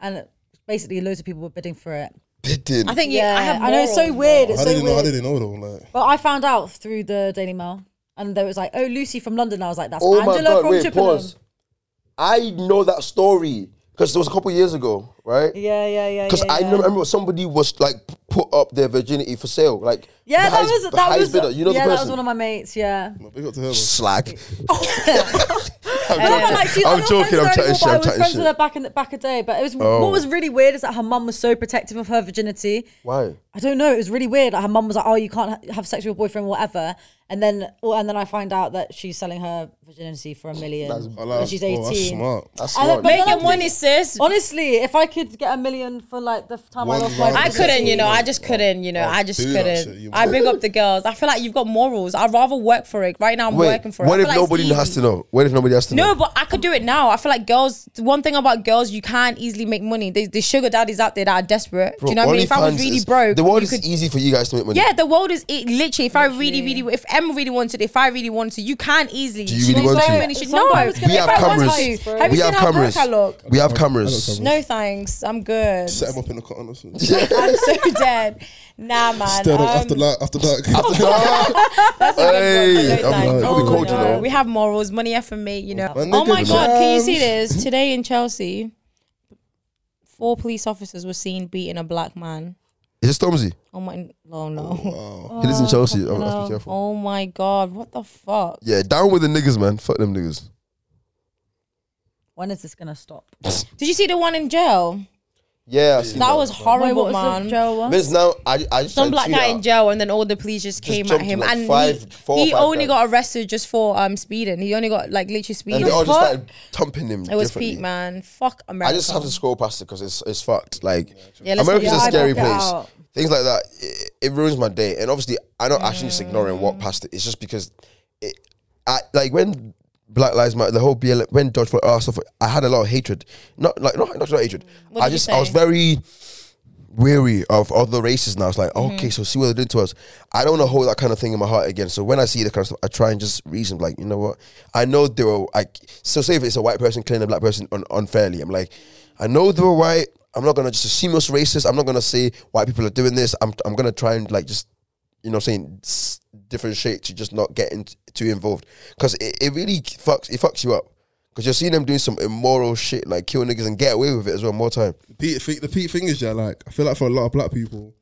B: and basically loads of people were bidding for it.
C: Didn't.
D: I think yeah, I have.
B: I know it's so
D: morals.
B: weird. It's
A: How
B: so
A: did they know? How
B: weird.
A: did they know though? Like,
B: But I found out through the Daily Mail, and there was like, oh, Lucy from London. I was like, that's
C: Oh
B: Angela
C: my god!
B: from
C: Wait,
B: Chippenham.
C: pause. I know that story because it was a couple years ago, right?
B: Yeah, yeah, yeah.
C: Because
B: yeah,
C: I
B: yeah.
C: know- remember somebody was like put up their virginity for sale, like
B: Yeah,
C: the
B: that
C: highest-
B: was
C: the
B: that
C: highest
B: was
C: bidder. You know
B: yeah,
C: the
B: that
C: person.
B: was one of my mates. Yeah.
A: big up to her. though.
C: Slag.
B: I don't know, like, she's-
C: I'm
B: not
C: joking,
B: friends with
C: I'm
B: her
C: chatting
B: anymore, but
C: shit, I'm
B: I was
C: chatting
B: friends
C: shit. Oh.
B: with her back in the back a day, but it was what was really weird is that her mum was so protective of her virginity.
C: Why?
B: I don't know. It was really weird. Like her mum was like, "Oh, you can't ha- have sex with your boyfriend, whatever." And then, oh, and then I find out that she's selling her virginity for a million.
A: Oh, like,
B: and she's
A: oh, that's
B: eighteen.
A: smart.
C: That's
B: I don't-
C: smart.
B: but
D: Make your money, sis.
B: Honestly, if I could get a million for like the time
G: One
B: I lost my.
G: round.
D: I
G: That's
D: couldn't, you know.
G: all.
D: I just couldn't,
C: Oh,
D: you know. I just
G: do that shit,
D: couldn't.
G: you
D: I big up the girls. I feel like you've got morals. I'd rather work for it. Right now, I'm
C: Wait,
D: working for it.
C: what
D: I
C: if
D: feel like it's
C: nobody
D: easy.
C: has to know? What if nobody has to
D: No,
C: know?
D: but I could do it now. I feel like girls. the One thing about girls, you can't easily make money. There's, there's sugar daddies out there that are desperate. do you know what I mean? If I was
C: OnlyFans
D: really
C: is-
D: broke,
C: the world
D: you
C: is
D: could-
C: easy for you guys to make money.
D: yeah, the world is it, literally. If I really, really, if Emma really wanted, if I really wanted, to, you can easily.
C: Do you
D: She
C: really
D: wants
C: want
D: so
C: to?
D: many shit- No,
B: Sometimes
C: We
D: If
C: have
D: I want
C: cameras.
D: to- Have
C: We
D: you
C: have
D: seen how broke
C: cameras.
D: I look?
C: We have
A: I
C: cameras.
A: got
D: No thanks, I'm good.
A: Set him up in the cotton or something.
D: I'm so dead. Nah, man.
A: Stirred up after
D: um,
A: dark. After dark.
D: That's a
C: Hey,
D: good one.
C: I'm-
D: No, thanks.
A: I'll be
D: Oh,
A: cold, you
D: no.
A: know.
D: We have morals, money FMA, you know.
A: Man, they
D: Oh my
A: did
D: god,
A: it.
D: can you see this? Today in Chelsea, four police officers were seen beating a black man.
C: Is it Stormzy?
D: Oh my oh no.
C: He lives in Chelsea. Oh, let's be careful.
D: Oh my god, what the fuck?
C: Yeah, down with the niggas, man. Fuck them niggas.
B: When is this gonna stop?
D: Did you see the one in jail?
C: Yeah, I've seen
D: That was horrible, man.
C: Minutes now, I, I just
D: Some
C: had
D: black
C: two
D: guy
C: now.
D: in jail, and then all the police just, came at
C: jumped
D: him,
C: like
D: and
C: five-
D: he,
C: four or
D: he
C: five
D: only
C: guys.
D: got arrested just for um speeding. He only got like literally
C: And
D: speeding.
C: they all just
D: Fuck.
C: started thumping him.
D: it was
C: differently.
D: peak, man. Fuck America.
C: I just have to scroll past it because it's it's fucked. Like
D: Yeah, let's
C: America's
D: not-
C: a
D: yeah, I
C: scary
B: block it
C: place.
B: out.
C: Things like that, it, it ruins my day. And obviously, I know actually
D: Mm.
C: just ignoring walk past it. It's just because, it, I like when Black Lives Matter, the whole BLM, when George Floyd, all that stuff. I had a lot of hatred. Not like not not, not hatred.
D: did
C: I
D: you
C: just I was
D: say?
C: very weary of other races now. It's like okay, so see what they did to us. I don't want to hold that kind of thing in my heart again. So when I see that kind of stuff, I try and just reason like, you know what? I know they were like. So say if it's a white person killing a black person un- unfairly, I'm like, I know they were white. I'm not gonna just assume it's racist. I'm not gonna say white people are doing this. I'm I'm gonna try and like just you know what I'm saying s- different shit to just not get in, too involved because it, it really fucks it fucks you up because you're seeing them doing some immoral shit like kill niggas and get away with it as well more time.
A: Pete, thi- the Pete thing is, yeah, like I feel like for a lot of black people,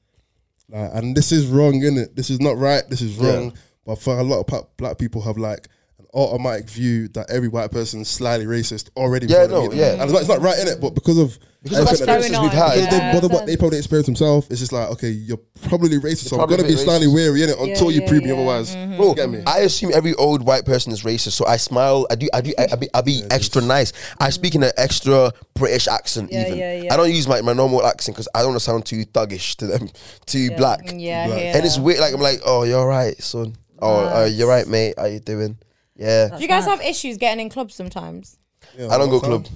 A: like, and this is wrong, innit? This is not right. This is wrong. But for a lot of pa- black people, have like an automatic view that every white person is slightly racist already. before
C: Yeah,
A: they
C: no,
A: meet
C: yeah.
A: them. and it's not, it's not right, innit? But because of
C: Because of
A: everything that-
C: experiences we've had,
A: they,
B: Yeah.
A: they, what, what they probably experience themselves, it's just like, okay, you're probably racist, so I'm
C: probably
A: gonna
C: a
A: be
C: bit
A: slightly
C: racist.
A: wary, innit? Until you
B: yeah,
A: prove me
B: yeah.
A: otherwise.
D: Mm-hmm.
C: Bro,
A: Get me?
C: I assume every old white person is racist, so I smile. I do. I do. I, I be. I be extra nice. I speak in an extra British accent.
B: Yeah,
C: even
B: yeah, yeah.
C: I don't use my, my normal accent because I don't want to sound too thuggish to them, too black.
B: mm,
D: yeah,
A: Like-
D: yeah.
C: And it's weird. Like I'm like, oh, you're right, son. Oh, uh, you're right, mate. How you doing? Yeah.
D: Do you guys have issues getting in clubs sometimes?
A: Yeah,
C: I don't go
A: what's
C: club.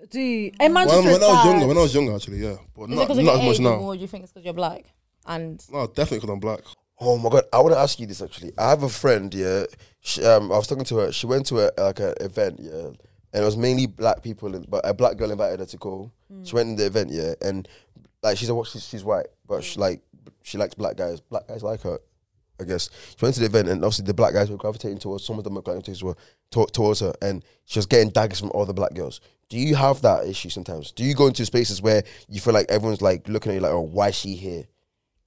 A: up?
B: Do you, in Manchester
A: When, when I
B: it's
A: was
B: bad.
A: younger, when I was younger, actually, yeah, but
D: Is it
A: not,
D: because of
A: not
D: your
A: as much
D: age,
A: now.
D: or do you think it's because you're black? And
A: No, definitely because I'm black.
C: Oh my god, I want to ask you this actually. I have a friend, yeah. She, um, I was talking to her. She went to a like an event, yeah, and it was mainly black people, and, but a black girl invited her to go. She went in the event, yeah, and like she's a she's, she's white, but she like she likes black guys. Black guys like her, I guess. She went to the event, and obviously the black guys were gravitating towards. Some of them were gravitating towards, to- towards her, and she was getting daggers from all the black girls. Do you have that issue sometimes? Do you go into spaces where you feel like everyone's like looking at you like, oh, why is she here?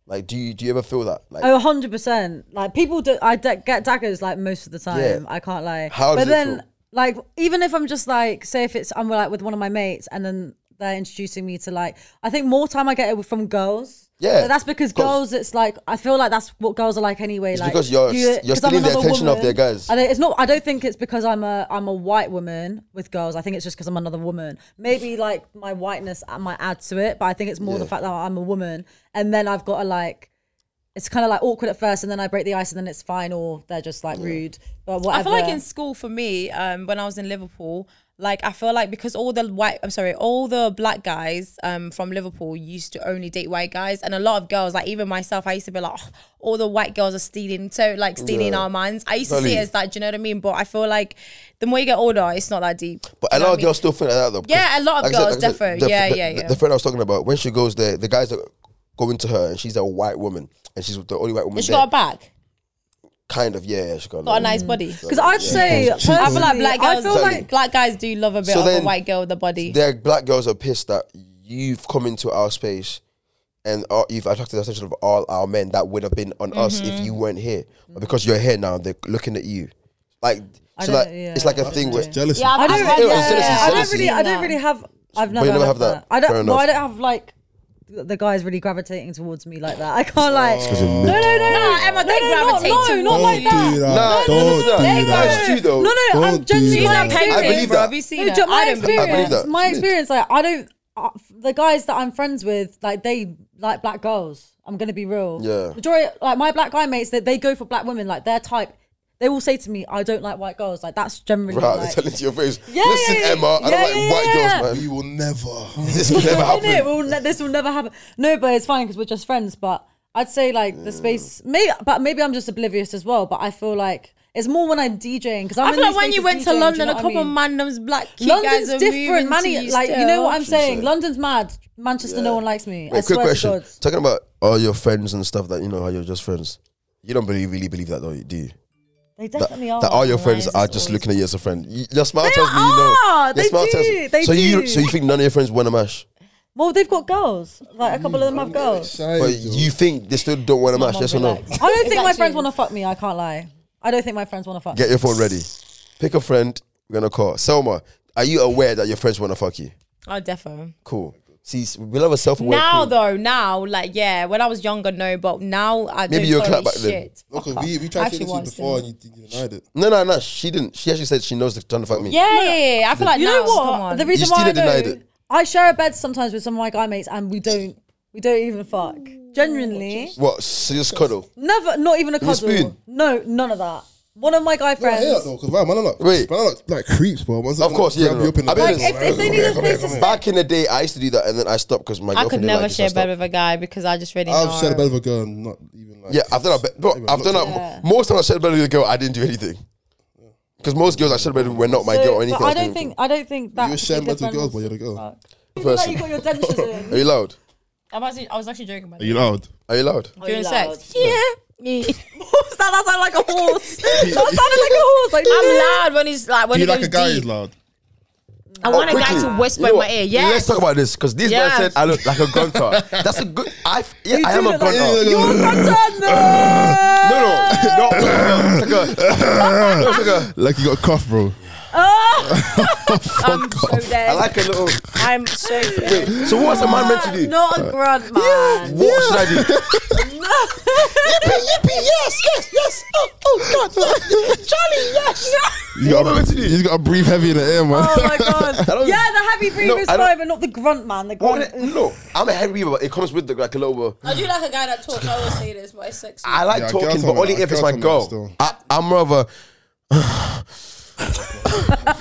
C: Like, do you do you ever feel that? Like,
B: Oh, 100%. Like, people do, I da- get daggers like most of the time.
C: Yeah.
B: I can't lie.
C: How does
B: but
C: it
B: then,
C: feel?
B: like, even if I'm just like, say, if it's, I'm like with one of my mates and then they're introducing me to like, I think more time I get it from girls.
C: Yeah,
B: But that's because
C: of course.
B: girls, it's like, I feel like that's what girls are like anyway.
C: It's
B: like,
C: because you're- you're
B: 'cause I'm
C: stealing the
B: another
C: attention of their guys.
B: I don't, it's not, I don't think it's because I'm a, I'm a white woman with girls. I think it's just because I'm another woman. Maybe like my whiteness uh, might add to it, but I think it's more the
C: Yeah.
B: fact that I'm a woman and then I've got to like, it's kind of like awkward at first, and then I break the ice, and then it's fine, or they're just like rude. But whatever.
D: I feel like in school for me, um, when I was in Liverpool, like I feel like because all the white, I'm sorry, all the black guys um, from Liverpool used to only date white guys, and a lot of girls, like even myself, I used to be like, "Oh, all the white girls are stealing, so like stealing
C: Yeah.
D: our minds. I used to see
C: Totally.
D: it as that, do you know what I mean? But I feel like the more you get older, it's not that deep.
C: But a lot of girls still feel like that though. because-
D: Yeah, a lot of
C: I said-
D: girls
C: I said,
D: definitely.
C: the-
D: Yeah,
C: the-
D: yeah,
C: the-
D: yeah.
C: The friend I was talking about, when she goes there, the guys are going to her and she's a white woman and she's the only white woman
D: She
C: there.
D: got a back,
C: kind of, yeah, yeah, she got a,
D: got a
C: lot.
D: nice body.
B: because I'd say
A: she's-
B: personally,
D: I feel like black girls,
B: Mm. I feel like
D: black guys do love a bit
C: So
D: of
C: then-
D: a white girl with a body.
C: Their black girls are pissed that you've come into our space and uh, you've attracted the attention of all our men that would have been on us if you weren't here. But because you're here now, they're looking at you. Like, so
B: don't-
C: like,
B: yeah,
C: it's like a
B: I
C: thing where.
A: It's jealousy.
D: Yeah,
B: I don't,
D: I've had
C: It was
B: yeah,
C: jealousy,
B: I don't
C: jealousy.
B: really, I don't really have. I've never,
C: never
B: had
C: have that.
B: I
C: Fair
B: don't.
C: enough.
B: Well, I don't have like the guys really gravitating towards me like that. I can't like. No, no, no,
D: Nah, Emma, they
B: no, no,
D: gravitate
B: no,
D: towards
B: not
A: don't
B: like
A: do
B: that.
A: that.
C: Nah,
A: don't
C: no, no, no,
A: do
C: no.
A: that.
C: That's true though.
B: No, no,
A: Don't
B: I'm
A: do
B: genuinely
A: that.
B: my
C: I
B: experience.
C: believe
D: bro.
C: that.
D: Have you seen
B: No,
D: it?
B: ju- my
D: I don't believe
B: experience,
C: that.
B: my
C: It's lit.
B: experience, like I don't, uh, the guys that I'm friends with, like they like black girls. I'm gonna be real.
C: Yeah.
B: Majority, like my black guy mates, that they, go for black women. Like their type, they will say to me, "I don't like white girls." Like that's generally.
C: Right,
B: like,
C: they're telling to your face.
B: Yeah,
C: Listen,
B: yeah, yeah.
C: Emma, I don't
B: Yeah,
C: like
B: yeah,
C: white
B: yeah.
C: girls, man.
A: You will never.
C: This will never happen.
B: Innit? We'll ne- this will never happen. No, but it's fine because we're just friends. But I'd say like
C: Mm.
B: the space, maybe, but maybe I'm just oblivious as well. But I feel like it's more when I'm DJing because I'm.
D: I
B: in
D: feel like
B: these
D: when you
B: spaces
D: went to
B: DJing, do
D: London,
B: know
D: a
B: what I
D: couple of
B: mean?
D: randoms black kid guys
B: London's
D: are
B: different,
D: moving to
B: Manny.
D: you
B: Like you
D: still.
B: know what I'm saying.
C: saying.
B: London's mad. Manchester, no one likes me. I
C: Wait,
B: swear
C: quick
B: to
C: question.
B: God.
C: Talking about all your friends and stuff that you know how you're just friends. You don't really, really believe that, though, do you?
B: They
C: That,
B: definitely are.
C: that all your friends
D: Lies
C: are
D: is
C: just
D: always-
C: looking at you as a friend. You- Your smile
B: They
C: tells me you know.
B: are.
C: Your
B: They
C: smile tells
B: do.
C: me-
B: They
C: so you,
B: do.
C: so you think none of your friends want a mash,
B: Well, they've got girls. Like a couple of them have girls. I
C: but you think they still don't want a mash? Yes or no?
B: don't think my friends want to fuck me. I can't lie. I don't think my friends want to fuck.
C: Get your phone ready. Pick a friend. We're gonna call Selma. Are you aware that your friends want to fuck you?
D: Oh, defo.
C: Cool. See, s- we love a self-aware.
D: Now
C: queen.
D: though, now like yeah, when I was younger, no, but now I
C: Maybe
D: don't
C: you're a
D: tolerate
C: clap back then.
D: shit.
A: Okay,
D: Fuck
A: we, we tried
D: off. I
A: to
D: actually
A: get
D: want
A: this before and you, you denied it.
C: No, no, no. She didn't. She actually said she knows they're trying to fuck me.
D: Yeah, yeah, yeah. I feel like
B: You
D: now,
B: know what?
D: come on.
B: The reason
C: You
B: why I
C: still
B: know,
C: denied it.
B: I share a bed sometimes with some of my guy mates, and we don't, we don't even fuck. Genuinely,
C: What? So just cuddle.
B: never, not even a
C: With a
B: cuddle.
C: spoon?
B: No, none of that. One of my guy
A: No, I
B: friends.
A: hear that though, because man, man, I'm like,
C: Wait.
A: man, I'm like, like creeps, bro. Once
C: Of
A: I'm
C: course,
A: like,
C: yeah,
A: grab
C: no,
A: you up in
C: no.
A: the
C: Like,
A: bed, man,
C: if-
B: if they
A: come
B: need
A: here,
B: a
A: come
B: place
A: here,
B: to
A: come here.
C: Back in the day, I used to do that, and then I stopped because my
D: I could
C: girlfriend didn't
D: never
C: like it, so I
D: share bed
C: stopped.
D: with a guy because I just really
A: I've shared a
D: know.
A: bed with a girl and not even like.
C: Yeah, I've done. A, bro, I've done. A,
B: Yeah.
C: Most times I shared bed with a girl, I didn't do anything. Because most girls I shared bed with were not my
B: So-
C: girl or
B: but
C: anything.
B: I
C: was
B: don't
C: doing
B: think I don't think that.
A: You were sharing bed
B: particular
A: with girls, but
B: friend
A: you're the girl.
B: wants to
C: with
B: fuck. You feel like
C: person.
B: you got your dentures in.
C: Are you loud?
D: I'm actually, I was actually joking about
G: Are you loud?
C: Are you loud?
D: during
B: you
D: sex. Yeah.
B: What was that? That sounded like a horse. that sounded like a horse. Like,
D: I'm loud when he's like when
G: Do you
D: he
G: like
D: goes
G: a guy who's
D: deep.
G: loud?
D: I
C: Oh,
D: want a guy
C: quickly.
D: to whisper
C: You know
D: in
C: what?
D: my ear. Yeah.
C: Let's talk about this because this
D: Yes.
C: man said I look like a grunter. That's a good. I f- yeah, I am a grunter.
B: You're not done.
C: No, no, no. it's like a, no, it's like a,
G: Like you got a cough, bro.
D: I'm so dead.
C: I like a little.
D: I'm so dead.
C: So what's a man meant to do?
B: Not a grunt, man.
C: What should I do? yippee, yippee, E yes, yes, yes. Oh, oh God, yes, yes. Charlie, yes.
G: You
C: What
G: got
C: am I meant to do?
G: You just got to breathe heavy in the air, man.
B: Oh my god.
C: don't-
B: yeah, the happy breather
C: No,
B: is
C: I don't-
B: fine, but not the grunt, man. The grunt.
C: What, no, I'm a head reaver, but it comes with the, like a little.
F: I do like a guy that talks. I always say this, but it's sexy.
C: I like
A: Yeah,
C: talking,
A: girls
C: but
A: are
C: only
A: like-
C: if it's
A: girls
C: my
A: are like
C: girl.
A: still.
C: I, I'm rather.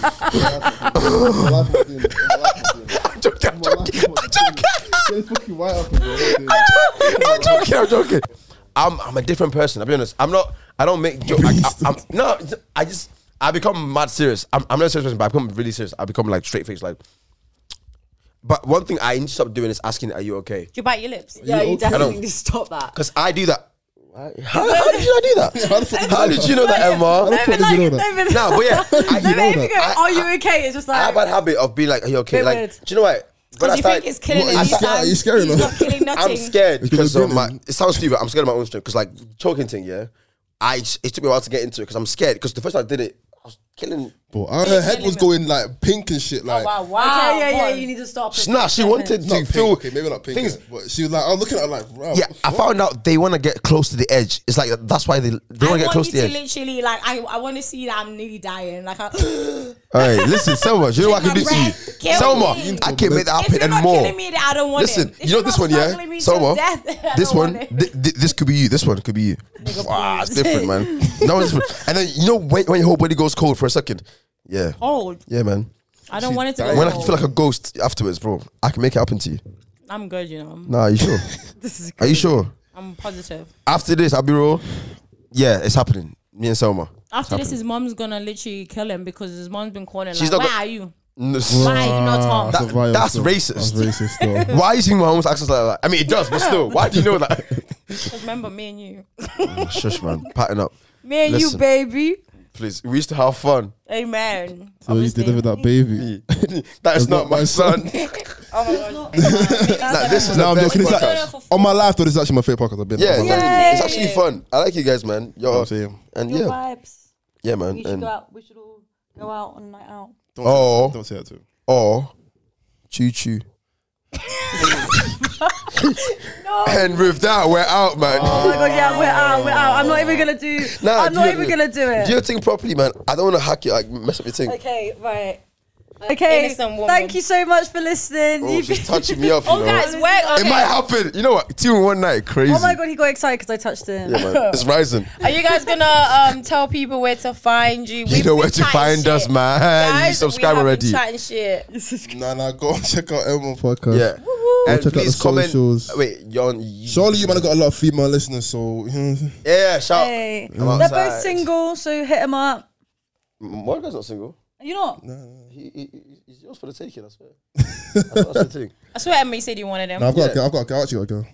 A: I like what you're doing. I like what you're doing.
C: I'm joking. I'm
A: Well, that's
C: joking. I'm
A: what-
C: joking.
A: Get this fucking white up, bro. What are you doing?
C: I'm joking. I'm joking. I'm I'm a different person. I'll be honest. I'm not. I don't make jokes. I, I, I'm, no, it's- I just I become mad serious. I'm, I'm not a serious person, but I become really serious. I become like straight faced. Like, but one thing I need to stop doing is asking, "Are you okay?"
D: Do you bite your lips?
B: yeah, you definitely
C: I
B: need to stop that.
C: Because I do that. How, how did you do that?
A: How the fuck did you
C: How
A: know
C: did
A: that?
C: you know that,
A: How the
C: Emma?
A: fuck did you know that?
B: no,
C: No, but yeah, I,
A: know
B: if you go,
C: I-
B: are you okay? It's just
C: I have
B: like
C: a bad habit of being like, "Are you okay?"
B: Bit
C: Like,
B: weird.
C: do you know what? When I
D: Because you
C: start-
D: think it's killing
A: What, are
D: it.
A: you scared? Are you scared
D: He's
A: enough?
D: not killing nothing.
C: I'm scared
A: It's 'cause
C: because of
A: it's
C: my.
A: burning.
C: It sounds stupid. I'm scared of my own strength because like choking thing. Yeah, I s- it took me a while to get into it because I'm scared because the first time I did it, I was killing.
A: Bro, her head was going like pink and shit. Like,
D: Wow, wow.
B: okay, "Oh, yeah, yeah,
D: One.
B: you need to stop. it.
C: Nah, she wanted
A: not
C: to
A: pink,
C: feel.
A: okay, maybe not pink.
C: things.
A: yeah, but she was like, I was looking at her like, bro, what
C: Yeah,
A: the
C: I
A: fuck?
C: found out they want to get close to the edge. It's like that's why they they
E: I
C: want to get
E: want
C: close to
E: you
C: the
E: to
C: edge.
E: literally like I, I want to see that I'm nearly dying. Like I,
C: All right, listen, Selma. Do you know what I can do to
E: breath,
C: you,
E: kill
C: Selma?
E: me.
C: I can make
E: if
C: that happen
E: you're
C: and
E: not
C: more.
E: killing me, then I don't want
C: Listen,
E: it. If
C: you know
E: you're
C: this
E: not
C: one, yeah?
E: strangling me to
C: Selma,
E: death, I
C: this
E: don't
C: one,
E: want it.
C: thi- thi- this could be you. This one could be you. Wow, it's different, man. That was different. And then you know when, when your whole body goes cold for a second. Yeah,
E: Oh.
D: Cold.
C: yeah, man.
D: I don't want it to
A: dying.
D: go
C: When I
D: cold.
C: feel like a ghost afterwards, bro, I can make it happen to you.
D: I'm good, you know.
C: Nah, are you sure?
D: This is
C: Are you sure?
D: I'm positive.
C: After this, I'll be real. Yeah, it's happening. Me and Selma.
D: After this, his mom's gonna literally kill him because his mom's been calling
C: She's not
D: like, "Where
C: go-
D: are you?
C: No,
D: Why are you not home?"
C: That-
A: That's a violent
C: that's
A: thought.
C: racist.
A: That's racist, though.
C: Why is he my almost accents like that? I mean, it does, but still. Why do you know that?
D: Because remember me and you,
C: Shush, man. Pattern up,
D: me and
C: Listen.
D: you, baby.
C: please. We used to have fun.
D: Amen.
A: So you delivered that baby.
C: that is not my son. Nah, this is
A: No,
C: the
A: I'm
C: best
A: joking. It's
C: podcast.
A: like, on my life, though, this is actually my favorite podcast I've been
C: Yeah,
A: on.
C: thank
A: Like,
C: you. it's actually fun. I like you guys, man. Yo,
A: I'm saying.
C: and
B: Your
C: yeah,
B: vibes.
C: yeah,
B: We
C: man.
B: should
C: And
B: go out. We should all go out on a night out.
A: Don't
C: Oh.
A: say- don't say that to him.
C: or choo choo. And with that, we're out, man.
A: Ah.
B: Oh my god, yeah, we're out. We're out. I'm not even gonna do.
C: Nah,
B: I'm
C: do
B: not
C: your-
B: even gonna do
C: Do
B: it.
C: your thing properly, man. I don't want to hack you, like mess up your thing.
B: Okay, right. Okay.
D: Uh, Innocent woman.
B: Thank you so much for listening.
C: Oh,
B: You've
C: she's
B: been-
C: touching me up. You know?
D: Oh, guys, where
C: It
D: okay.
C: might happen. You know what? Two in one night, crazy.
B: Oh my god, he got excited because I touched him.
C: Yeah, man. It's rising.
D: are you guys gonna um, tell people where to find you?
C: You know where to find us, man. you
D: Guys,
C: subscribe
D: we have
C: already.
D: been Chatting shit.
A: Nah, nah, go and check out Elmo podcast.
C: Yeah.
A: Go
C: And
A: check out the
C: please comment.
A: socials.
C: Wait, you're on. you-
A: Surely you might have got a lot of female listeners, so you know.
C: Yeah, shout.
B: Hey.
C: I'm
B: They're both
C: outside.
B: single, so hit them up.
C: M- My guy's not single.
B: Are you not?
C: He, he, he- he's yours for the taking, I swear. That's what I should think.
D: I swear, Emery said you wanted him.
A: Nah, I've got a girl, I've got a girl, actually got a girl.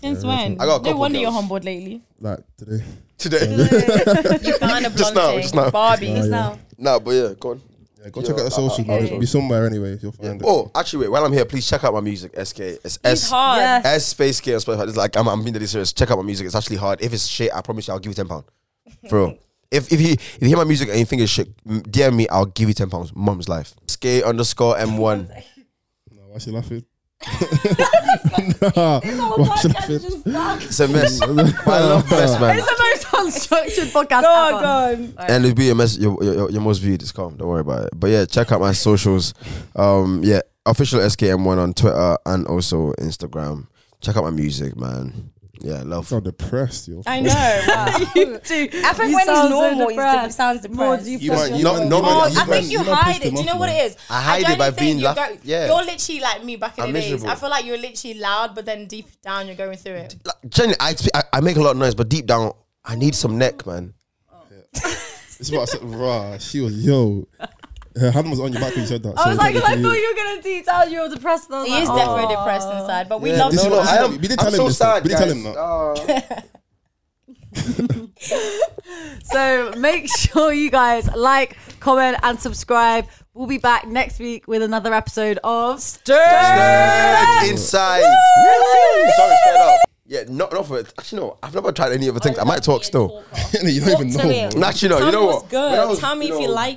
E: Since when?
C: I got a couple
E: no wonder
C: girls.
E: you're humbled lately.
A: Like today.
C: Today.
D: You found a blonde
C: Just now, just now.
D: Barbie.
A: yeah.
B: No.
C: nah, but yeah, go on.
A: Yeah, go
C: Yeah,
A: check out the
C: I-
A: socials,
C: I-
A: man. It'll be somewhere anyway. You'll find it.
C: Oh, actually, wait. While I'm here, please check out my music. SK. It's
D: He's
C: S.
D: hard.
B: Yes.
C: S space K on Spotify. It's like I'm, I'm being deadly serious. Check out my music. It's actually hard. If it's shit, I promise you, I'll give you ten pound, for real. If if you if you hear my music and you think it's shit, m- DM me. I'll give you ten pounds. Mum's life. Sk underscore m one.
A: No, why she laughing? nah, why she laughing?
C: It's a mess. But I love mess, man.
B: It's the most unstructured podcast
E: God,
B: ever.
E: God.
C: And it'll be your mess. Your, your, your- your most viewed. It's calm. Don't worry about it. But yeah, check out my socials. Um, yeah, official SKM one on Twitter and also Instagram. Check out my music, man. Yeah, love.
A: So depressed, yo.
D: I know. Wow. I think
B: You
D: when he's
B: sound so
D: normal, he's de-
B: depressed.
D: sounds
B: More
D: depressed.
B: deep
C: You might- you not-
A: might-
C: no,
A: might-
D: Oh,
C: you
D: I think
A: might-
D: you
A: might
D: hide
A: piss
D: it.
A: them
D: Do you know
A: off,
D: what
A: man.
D: it is?
C: I hide
D: don't
C: it by
D: think
C: being
D: you
C: laugh-
D: go-
C: yeah.
D: You're literally like me back in
C: I'm
D: the
C: miserable.
D: days. I feel like you're literally loud, but then deep down you're going through it.
C: Like, Generally, I, spe- I I make a lot of noise, but deep down, I need some neck, man.
A: This is what I said. Rah, she was yo. Her hand was on your back when you said that.
B: I was like, 'cause I thought you were gonna deep down. You were depressed. and I was
D: He
B: like,
D: is
B: oh.
D: definitely depressed inside, but we
C: Yeah,
D: love
A: this
D: him.
A: is
C: No,
A: what
C: I am-
A: We didn't
C: I'm
A: tell him
C: so
A: this.
C: sad,
A: we didn't tell
C: guys. Oh.
A: him that.
B: So make sure you guys like, comment, and subscribe. We'll be back next week with another episode of
C: Stand inside. Sorry, straight up. Yeah, not not for it. Actually, no. I've never tried any other things. I might talk still.
A: you don't even know.
D: me.
A: bro.
C: Actually, no. You know
D: Tommy was
C: what? When I
D: good.
C: was,
D: Tell me
C: you
D: if you
C: know,
D: like